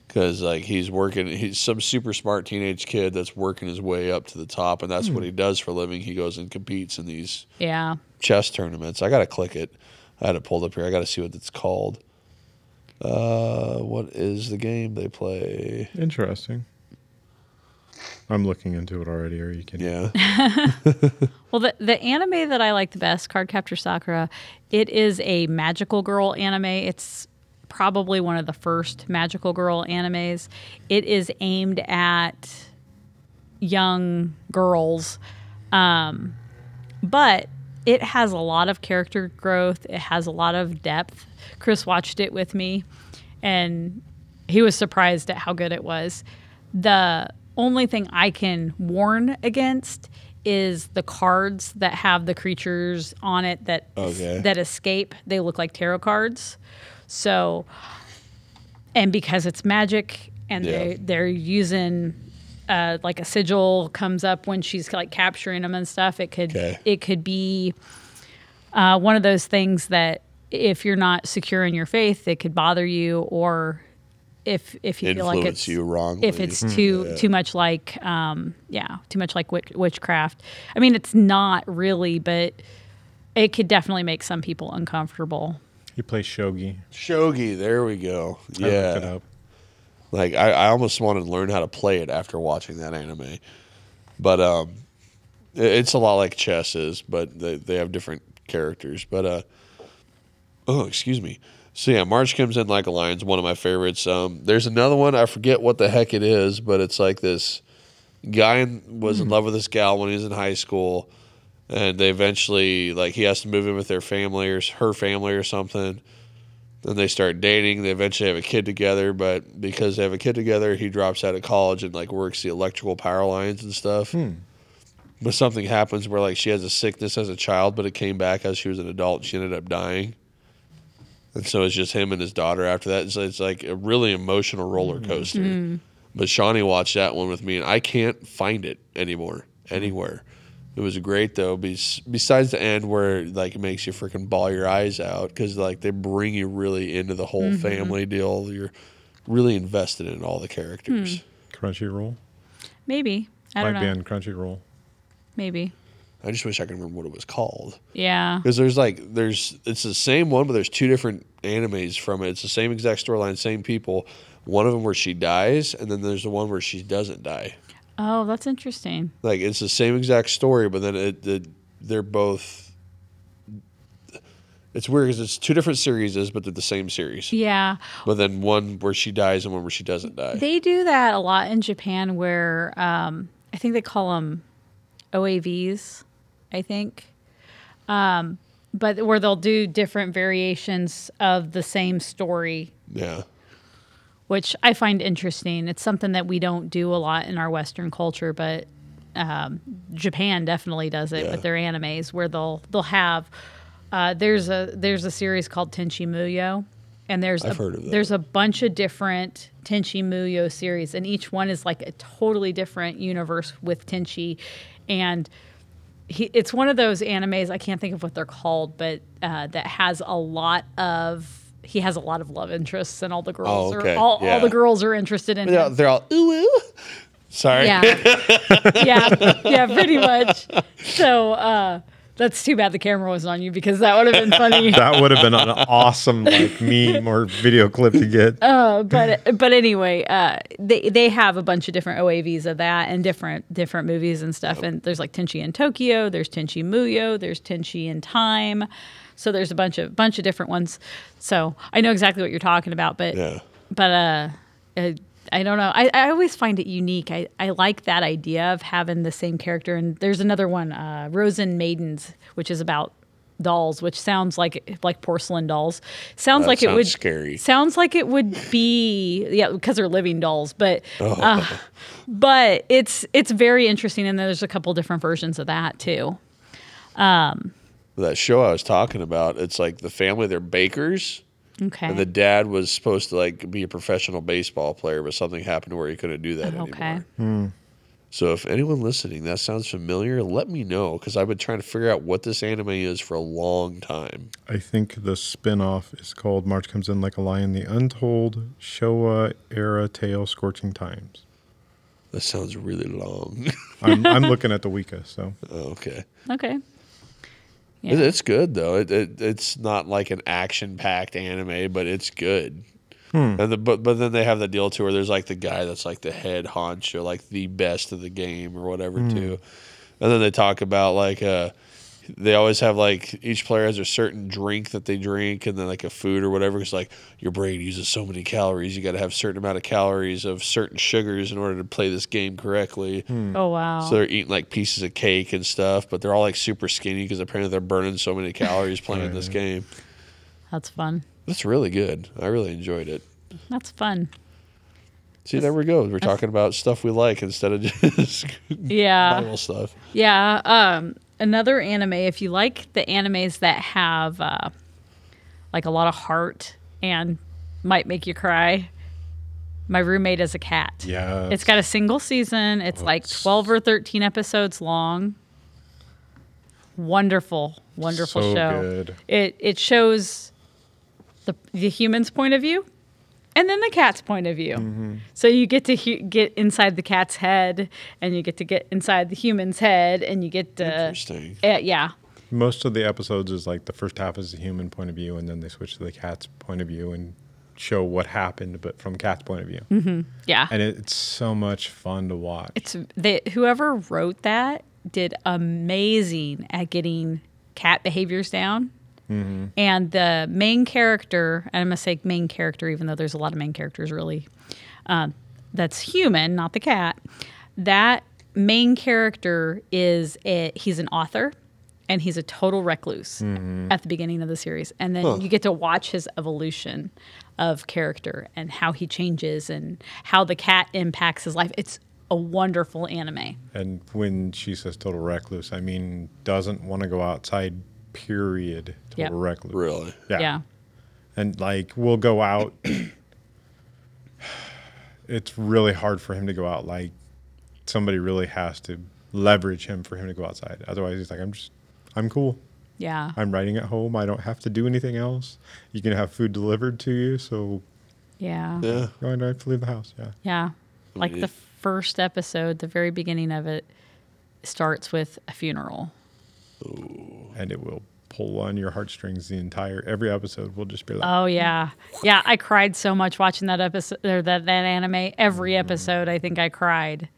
Speaker 2: Because like he's working, he's some super smart teenage kid that's working his way up to the top, and that's what he does for a living. He goes and competes in these
Speaker 3: yeah,
Speaker 2: chess tournaments. I gotta click it. I had it pulled up here. I gotta see what it's called. Uh, what is the game they play?
Speaker 1: Interesting. I'm looking into it already. Are you kidding?
Speaker 2: Yeah,
Speaker 3: Well, the, the anime that I like the best, Card Capture Sakura, it is a magical girl anime. It's probably one of the first magical girl animes. It is aimed at young girls, um, but it has a lot of character growth. It has a lot of depth. Chris watched it with me, and he was surprised at how good it was. The only thing I can warn against is the cards that have the creatures on it that
Speaker 2: Okay.
Speaker 3: that escape. They look like tarot cards. So and because it's magic and
Speaker 2: Yeah.
Speaker 3: they they're using uh, like a sigil comes up when she's like capturing them and stuff. It could
Speaker 2: Okay.
Speaker 3: it could be uh, one of those things that if you're not secure in your faith, it could bother you, or if if you feel like
Speaker 2: influence
Speaker 3: it's
Speaker 2: you wrongly.
Speaker 3: if it's too too much like um, yeah too much like witch, witchcraft. I mean, it's not really, but it could definitely make some people uncomfortable.
Speaker 1: He plays shogi.
Speaker 2: shogi, there we go. Yeah,
Speaker 1: I looked it up.
Speaker 2: Like I, I almost wanted to learn how to play it after watching that anime. But um it- it's a lot like chess is, but they, they have different characters. But uh Oh, excuse me. So yeah, March comes in like a lion's one of my favorites. Um, there's another one I forget what the heck it is, but it's like this guy in, was in love with this gal when he was in high school, and they eventually like he has to move in with their family or s- her family or something. Then they start dating. They eventually have a kid together, but because they have a kid together, he drops out of college and like works the electrical power lines and stuff. But something happens where like she has a sickness as a child, but it came back as she was an adult. And she ended up dying. And so it's just him and his daughter after that. So it's like a really emotional roller coaster. But Shawnee watched that one with me, and I can't find it anymore anywhere. It was great though. Bes- besides the end where like it makes you freaking ball your eyes out because like they bring you really into the whole family deal. You're really invested in all the characters.
Speaker 1: Hmm. Crunchyroll
Speaker 3: Maybe. I
Speaker 1: might
Speaker 3: don't know.
Speaker 1: be on Crunchyroll.
Speaker 3: Maybe.
Speaker 2: I just wish I could remember what it was called.
Speaker 3: Yeah.
Speaker 2: Because there's like there's it's the same one, but there's two different animes from it. It's the same exact storyline, same people. One of them where she dies, and then there's the one where she doesn't die.
Speaker 3: Oh, that's interesting.
Speaker 2: Like it's the same exact story, but then it, it they're both. It's weird because it's two different series, but they're the same series.
Speaker 3: Yeah.
Speaker 2: But then one where she dies and one where she doesn't die.
Speaker 3: They do that a lot in Japan where um, I think they call them OAVs, I think. Um, but where they'll do different variations of the same story,
Speaker 2: yeah,
Speaker 3: which I find interesting. It's something that we don't do a lot in our Western culture, but um, Japan definitely does it
Speaker 2: Yeah.
Speaker 3: with their animes where they'll they'll have uh, there's a there's a series called Tenchi Muyo, and there's
Speaker 2: I've
Speaker 3: a,
Speaker 2: heard of that.
Speaker 3: there's a bunch of different Tenchi Muyo series, and each one is like a totally different universe with Tenchi, and he, it's one of those animes I can't think of what they're called, but uh, that has a lot of he has a lot of love interests, and all the girls
Speaker 2: Oh, okay.
Speaker 3: are all, all
Speaker 2: Yeah.
Speaker 3: the girls are interested in
Speaker 2: they're all,
Speaker 3: him.
Speaker 2: they're all ooh ooh. Sorry.
Speaker 3: Yeah. yeah. Yeah, pretty much. So uh that's too bad the camera wasn't on you because that would have been funny.
Speaker 1: That would have been an awesome like meme or video clip to get.
Speaker 3: Uh. but but anyway, uh, they they have a bunch of different OAVs of that and different different movies and stuff. And there's like Tenchi in Tokyo, there's Tenchi Muyo, there's Tenchi in Time. So there's a bunch of bunch of different ones. So I know exactly what you're talking about, but
Speaker 2: Yeah.
Speaker 3: but uh, uh, I don't know. I, I always find it unique. I, I like that idea of having the same character. And there's another one, uh, Rosen Maidens, which is about dolls, which sounds like like porcelain dolls. Sounds
Speaker 2: That
Speaker 3: like it
Speaker 2: sounds
Speaker 3: would
Speaker 2: scary.
Speaker 3: Sounds like it would be yeah because they're living dolls, but
Speaker 2: Oh.
Speaker 3: uh, but it's it's very interesting. And there's a couple different versions of that too.
Speaker 2: That show I was talking about. It's like the family. They're bakers.
Speaker 3: Okay.
Speaker 2: And the dad was supposed to like be a professional baseball player, but something happened where he couldn't do that
Speaker 3: okay.
Speaker 2: anymore. So if anyone listening that sounds familiar, let me know because I've been trying to figure out what this anime is for a long time.
Speaker 1: I think the spin-off is called March Comes In Like a Lion, The Untold Showa Era Tale Scorching Times.
Speaker 2: That sounds really long.
Speaker 1: I'm, I'm looking at the Wika, so
Speaker 2: okay,
Speaker 3: Okay. Yeah.
Speaker 2: It- it's good though. It, it, it's not like an action-packed anime, but it's good. And the, but but then they have the deal too, where there's like the guy that's like the head honcho, like the best of the game or whatever too. And then they talk about like uh, they always have like each player has a certain drink that they drink, and then like a food or whatever. It's like your brain uses so many calories. You got to have certain amount of calories of certain sugars in order to play this game correctly.
Speaker 3: Oh wow.
Speaker 2: So they're eating like pieces of cake and stuff, but they're all like super skinny because apparently they're burning so many calories playing this game.
Speaker 3: That's fun.
Speaker 2: That's really good. I really enjoyed it.
Speaker 3: That's fun.
Speaker 2: See, there we go. We're talking about stuff we like instead of just
Speaker 3: Yeah.
Speaker 2: normal stuff.
Speaker 3: Yeah. Um, another anime, if you like the animes that have uh, like a lot of heart and might make you cry, my roommate is a cat.
Speaker 1: yeah.
Speaker 3: It's got a single season. It's like 12 or 13 episodes long. Wonderful, wonderful
Speaker 1: So
Speaker 3: show.
Speaker 1: good.
Speaker 3: It it shows the the human's point of view and then the cat's point of view. So you get to he- get inside the cat's head and you get to get inside the human's head and you get to
Speaker 2: Interesting.
Speaker 3: uh, yeah.
Speaker 1: most of the episodes is like the first half is the human point of view, and then they switch to the cat's point of view and show what happened, but from cat's point of view.
Speaker 3: Mm-hmm. Yeah.
Speaker 1: And it, it's so much fun to watch.
Speaker 3: it's they, whoever wrote that did amazing at getting cat behaviors down And the main character, and I'm going to say main character, even though there's a lot of main characters really, um, that's human, not the cat. That main character is a, he's an author and he's a total recluse at the beginning of the series. And then you get to watch his evolution of character and how he changes and how the cat impacts his life. It's a wonderful anime.
Speaker 1: And when she says total recluse, I mean doesn't want to go outside. Period.
Speaker 3: Yep.
Speaker 1: Total recluse.
Speaker 2: Really?
Speaker 1: Yeah.
Speaker 3: yeah.
Speaker 1: And like we'll go out. it's really hard for him to go out. Like somebody really has to leverage him for him to go outside. Otherwise, he's like, I'm just, I'm cool.
Speaker 3: Yeah.
Speaker 1: I'm writing at home. I don't have to do anything else. You can have food delivered to you. So
Speaker 3: Yeah.
Speaker 2: Yeah.
Speaker 1: you don't have to leave the house. Yeah.
Speaker 3: Yeah. Like
Speaker 2: mean,
Speaker 3: the
Speaker 2: it-
Speaker 3: first episode, the very beginning of it starts with a funeral.
Speaker 1: And it will pull on your heartstrings the entire, every episode will just be like,
Speaker 3: Oh yeah. Yeah, I cried so much watching that episode or that, that anime. Every episode I think I cried.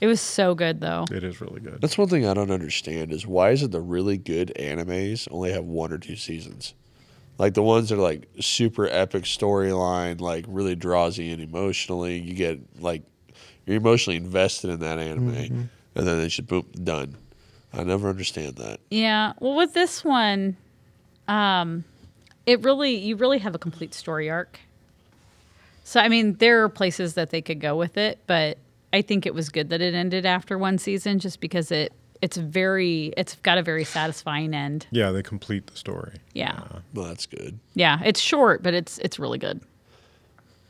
Speaker 3: It was so good though.
Speaker 1: it is really good.
Speaker 2: That's one thing I don't understand is why is it the really good animes only have one or two seasons? Like the ones that are like super epic storyline, like really draws you in emotionally. You get like you're emotionally invested in that anime, and then they should boom done. I never understand that.
Speaker 3: Yeah. Well, with this one, um, it really you really have a complete story arc. So I mean, there are places that they could go with it, but I think it was good that it ended after one season, just because it it's very it's got a very satisfying end.
Speaker 1: Yeah. They complete the story.
Speaker 3: Yeah.
Speaker 2: Well, that's good.
Speaker 3: Yeah. It's short, but it's it's really good.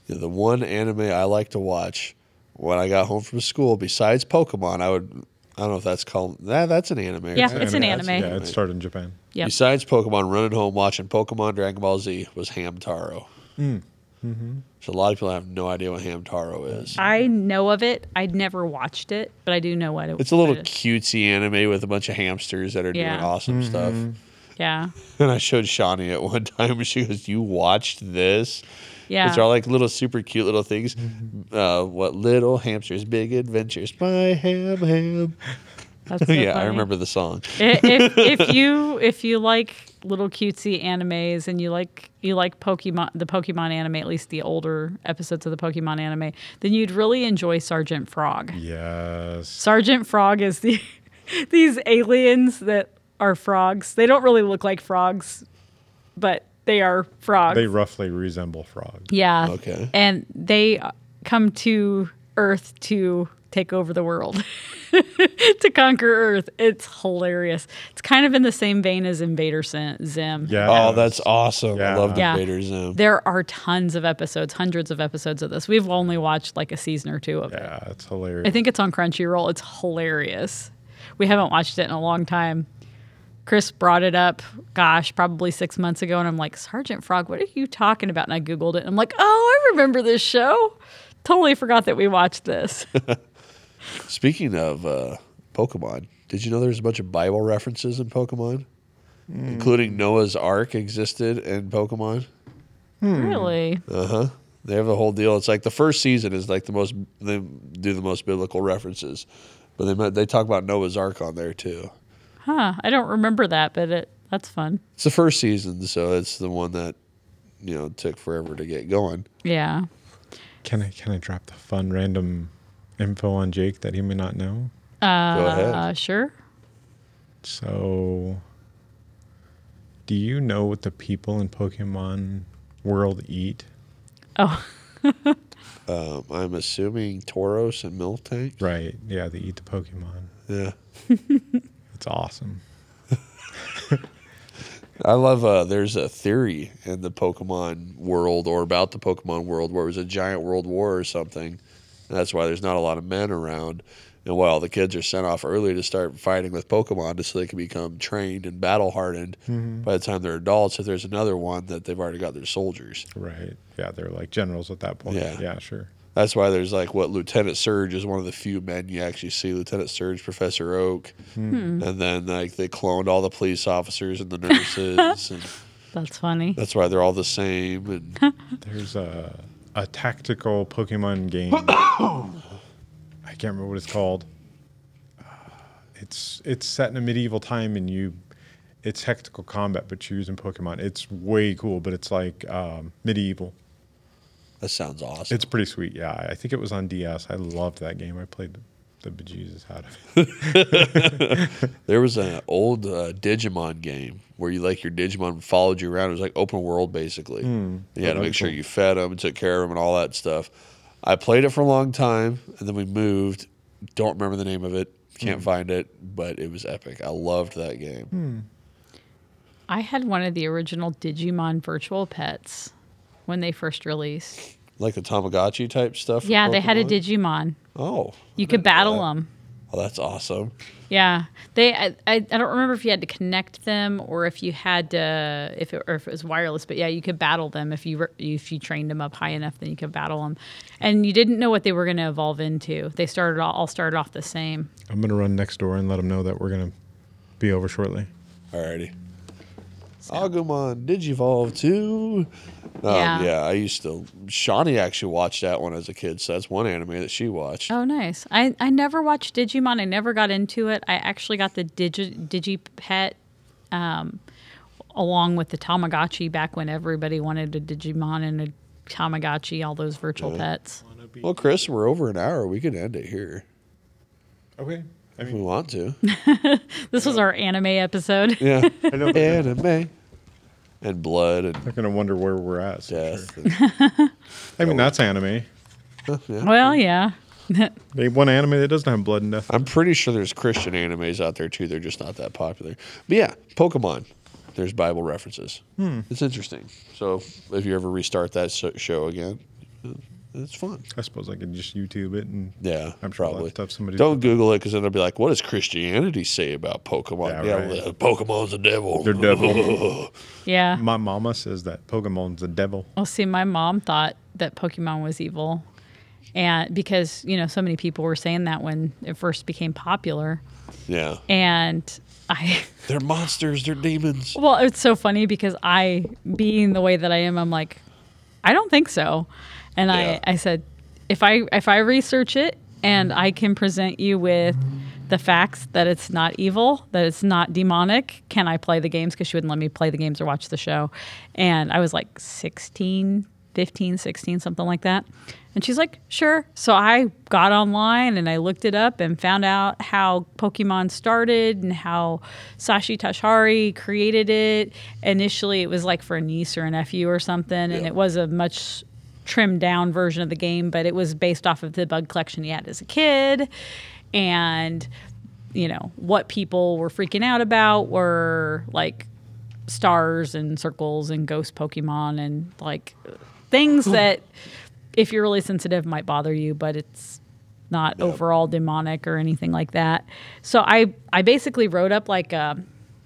Speaker 2: Yeah, the one anime I like to watch when I got home from school, besides Pokemon, I would I don't know if that's called that. That's an anime.
Speaker 3: Yeah,
Speaker 2: right?
Speaker 3: It's an
Speaker 1: Anime.
Speaker 3: anime.
Speaker 1: Yeah. It started in Japan.
Speaker 3: Yep.
Speaker 2: Besides Pokemon, running home watching Pokemon Dragon Ball Z was Hamtaro.
Speaker 1: Hmm.
Speaker 3: Mm-hmm.
Speaker 2: So a lot of people have no idea what Hamtaro is.
Speaker 3: I know of it. I'd never watched it, but I do know what it.
Speaker 2: It's a little
Speaker 3: what it is.
Speaker 2: cutesy anime with a bunch of hamsters that are doing
Speaker 3: Yeah.
Speaker 2: awesome
Speaker 1: Mm-hmm.
Speaker 2: stuff.
Speaker 3: Yeah.
Speaker 2: And I showed Shawnee at one time, and she goes, "You watched this?
Speaker 3: Yeah.
Speaker 2: These are all like little super cute little things.
Speaker 1: Mm-hmm.
Speaker 2: Uh, what little hamsters, big adventures, my ham ham."
Speaker 3: That's so
Speaker 2: yeah, I
Speaker 3: funny.
Speaker 2: remember the song.
Speaker 3: I- if, if you if you like little cutesy animes and you like you like Pokemon the Pokemon anime at least the older episodes of the Pokemon anime then you'd really enjoy Sergeant Frog.
Speaker 1: Yes.
Speaker 3: Sergeant Frog is the these aliens that are frogs. They don't really look like frogs, but they are frogs.
Speaker 1: They roughly resemble frogs.
Speaker 3: yeah.
Speaker 2: Okay.
Speaker 3: And they uh, come to Earth to take over the world. to conquer Earth. It's hilarious. It's kind of in the same vein as Invader Sim- Zim.
Speaker 1: Yeah.
Speaker 2: Oh, that's awesome! I
Speaker 1: Yeah.
Speaker 2: love
Speaker 3: Yeah.
Speaker 2: Invader Zim.
Speaker 3: There are tons of episodes, hundreds of episodes of this. We've only watched like a season or two of it.
Speaker 1: Yeah. It's hilarious.
Speaker 3: I think it's on Crunchyroll. It's hilarious. We haven't watched it in a long time. Chris brought it up, gosh, probably six months ago. And I'm like, Sergeant Frog, what are you talking about? And I Googled it. And I'm like, oh, I remember this show. Totally forgot that we watched this.
Speaker 2: Speaking of uh, Pokemon, did you know there's a bunch of Bible references in Pokemon, including Noah's Ark existed in Pokemon? Hmm.
Speaker 3: really?
Speaker 2: They have a whole deal. It's like the first season is like the most they do the most biblical references, but they might- they talk about Noah's Ark on there too.
Speaker 3: Huh. I don't remember that, but it that's fun.
Speaker 2: It's the first season, so it's the one that you know took forever to get going.
Speaker 3: Yeah.
Speaker 1: Can I can I drop the fun random info on Jake that he may not know?
Speaker 2: Go
Speaker 3: Uh,
Speaker 2: ahead.
Speaker 3: sure.
Speaker 1: So, do you know what the people in Pokemon World eat?
Speaker 3: Oh,
Speaker 2: Um, I'm assuming Tauros and Miltank.
Speaker 1: Right? Yeah, they eat the Pokemon.
Speaker 2: Yeah.
Speaker 1: It's awesome.
Speaker 2: I love uh there's a theory in the Pokemon world or about the Pokemon world where it was a giant world war or something. And that's why there's not a lot of men around. And while the kids are sent off early to start fighting with Pokemon just so they can become trained and battle hardened by the time they're adults, if there's another one that they've already got their soldiers.
Speaker 1: Right? Yeah, they're like generals at that point.
Speaker 2: Yeah.
Speaker 1: Yeah, sure.
Speaker 2: That's why there's like what Lieutenant Surge is one of the few men you actually see Lieutenant Surge, Professor Oak, and then like they cloned all the police officers and the nurses, and
Speaker 3: that's funny.
Speaker 2: that's why they're all the same. And
Speaker 1: There's a a tactical Pokemon game. I can't remember what it's called. Uh, It's it's set in a medieval time, and you it's hectical combat, but you're using Pokemon. It's way cool, but it's like um, medieval.
Speaker 2: That sounds awesome.
Speaker 1: It's pretty sweet. Yeah, I- I think it was on DS. I loved that game. I played the, the bejesus out of it.
Speaker 2: There was an old uh, Digimon game where you like your Digimon followed you around. It was like open world basically. you had to
Speaker 1: that'd
Speaker 2: make
Speaker 1: be
Speaker 2: sure
Speaker 1: Hmm. cool.
Speaker 2: you fed them, took care of them, and all that stuff. I played it for a long time, and then we moved. Don't remember the name of it.
Speaker 1: Hmm.
Speaker 2: Can't find it, but it was epic. I loved that game.
Speaker 3: I had one of the original Digimon virtual pets when they first released.
Speaker 2: Like the Tamagotchi type stuff. for
Speaker 3: Yeah, they had a
Speaker 2: Pokemon?
Speaker 3: Digimon.
Speaker 2: Oh,
Speaker 3: You could battle them.
Speaker 2: well, that's awesome.
Speaker 3: Yeah, they. I, I, I don't remember if you had to connect them or if you had to if it, or if it was wireless. But yeah, you could battle them if you were, if you trained them up high enough, then you could battle them. And you didn't know what they were going to evolve into. They started all, all started off the same.
Speaker 1: I'm gonna run next door and let them know that we're gonna be over shortly.
Speaker 2: Alrighty. Agumon Digivolve 2. Um, yeah.
Speaker 3: Yeah.
Speaker 2: I used to. Shawnee actually watched that one as a kid, so that's one anime that she watched.
Speaker 3: Oh, nice. I, I never watched Digimon. I never got into it. I actually got the Digi Digipet um, along with the Tamagotchi back when everybody wanted a Digimon and a Tamagotchi, all those virtual pets.
Speaker 2: Well, Chris, we're over an hour. We could end it here
Speaker 1: Okay. I
Speaker 2: if we
Speaker 1: mean,
Speaker 2: want to.
Speaker 3: This was our anime episode.
Speaker 2: Yeah.
Speaker 1: I know they're
Speaker 2: anime. And blood and
Speaker 1: gonna wonder where we're at. so sure.
Speaker 2: death. and-
Speaker 1: I mean, that's anime.
Speaker 3: Well, yeah.
Speaker 1: They one anime that doesn't have blood and death.
Speaker 2: I'm pretty sure there's Christian animes out there too. They're just not that popular. But yeah, Pokemon. There's Bible references.
Speaker 1: Hmm.
Speaker 2: It's interesting. So if you ever restart that so- show again, it's fun.
Speaker 1: I suppose I could just YouTube it and
Speaker 2: Yeah,
Speaker 1: I'm sure
Speaker 2: probably.
Speaker 1: I'll have somebody
Speaker 2: Don't Google it because then they'll be like, "What does Christianity say about Pokemon?"
Speaker 1: Yeah,
Speaker 2: Yeah,
Speaker 1: right.
Speaker 2: well, Pokemon's the devil.
Speaker 1: They're devil.
Speaker 3: Yeah.
Speaker 1: My mama says that Pokemon's the devil.
Speaker 3: Well, see, my mom thought that Pokemon was evil, and because you know so many people were saying that when it first became popular,
Speaker 2: yeah,
Speaker 3: and I,
Speaker 2: they're monsters. They're demons.
Speaker 3: well, it's so funny because I, being the way that I am, I'm like, I don't think so, and
Speaker 2: Yeah.
Speaker 3: I, I said, if I if I research it and I can present you with the facts that it's not evil, that it's not demonic, can I play the games? Because she wouldn't let me play the games or watch the show, and I was like 16, 15, 16, something like that. And she's like, sure. So I got online and I looked it up and found out how Pokemon started and how Sashi Tashari created it. Initially, it was like for a niece or a nephew or something, and
Speaker 2: Yeah.
Speaker 3: it was a much trimmed down version of the game, but it was based off of the bug collection he had as a kid. And, you know, what people were freaking out about were like stars and circles and ghost Pokemon and like things that, if you're really sensitive, might bother you, but it's not overall demonic or anything like that. So I, I basically wrote up like a,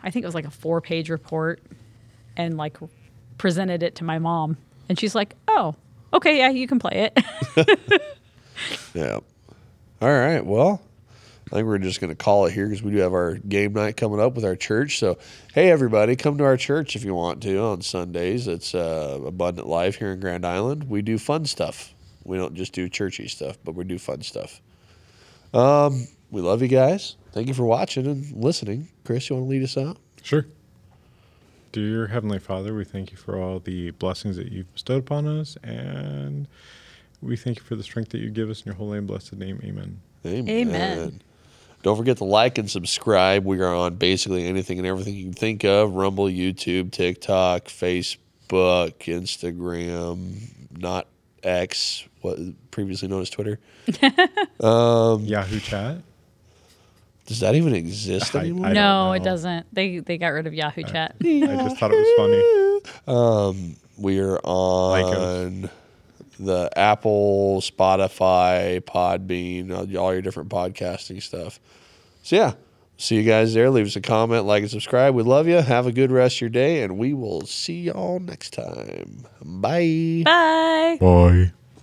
Speaker 3: I think it was like a four page report and like presented it to my mom and she's like oh okay yeah you can play it
Speaker 2: Yeah. All right. Well, I think we're just going to call it here because we do have our game night coming up with our church. So, hey, everybody, come to our church if you want to on Sundays. It's uh, Abundant Life here in Grand Island. We do fun stuff. We don't just do churchy stuff, but we do fun stuff. Um, we love you guys. Thank you for watching and listening. Chris, you want to lead us out?
Speaker 1: Sure. Dear Heavenly Father, we thank you for all the blessings that you've bestowed upon us, and we thank you for the strength that you give us in your holy and blessed name. Amen.
Speaker 2: Amen.
Speaker 3: Amen.
Speaker 2: Don't forget to like and subscribe. We are on basically anything and everything you can think of Rumble, YouTube, TikTok, Facebook, Instagram, not X, what previously known as Twitter. Um.
Speaker 1: Yahoo Chat.
Speaker 2: Does that even exist
Speaker 1: I-
Speaker 2: anymore?
Speaker 1: I- don't
Speaker 3: no it
Speaker 1: know. Uh,
Speaker 3: doesn't they they got rid of yahoo chat
Speaker 1: I just thought it was funny.
Speaker 2: we are on the Apple, Spotify, Podbean, all your different podcasting stuff. So, yeah, see you guys there. Leave us a comment, like, and subscribe. We love you. Have a good rest of your day, and we will see y'all next time. Bye.
Speaker 3: bye
Speaker 1: Bye.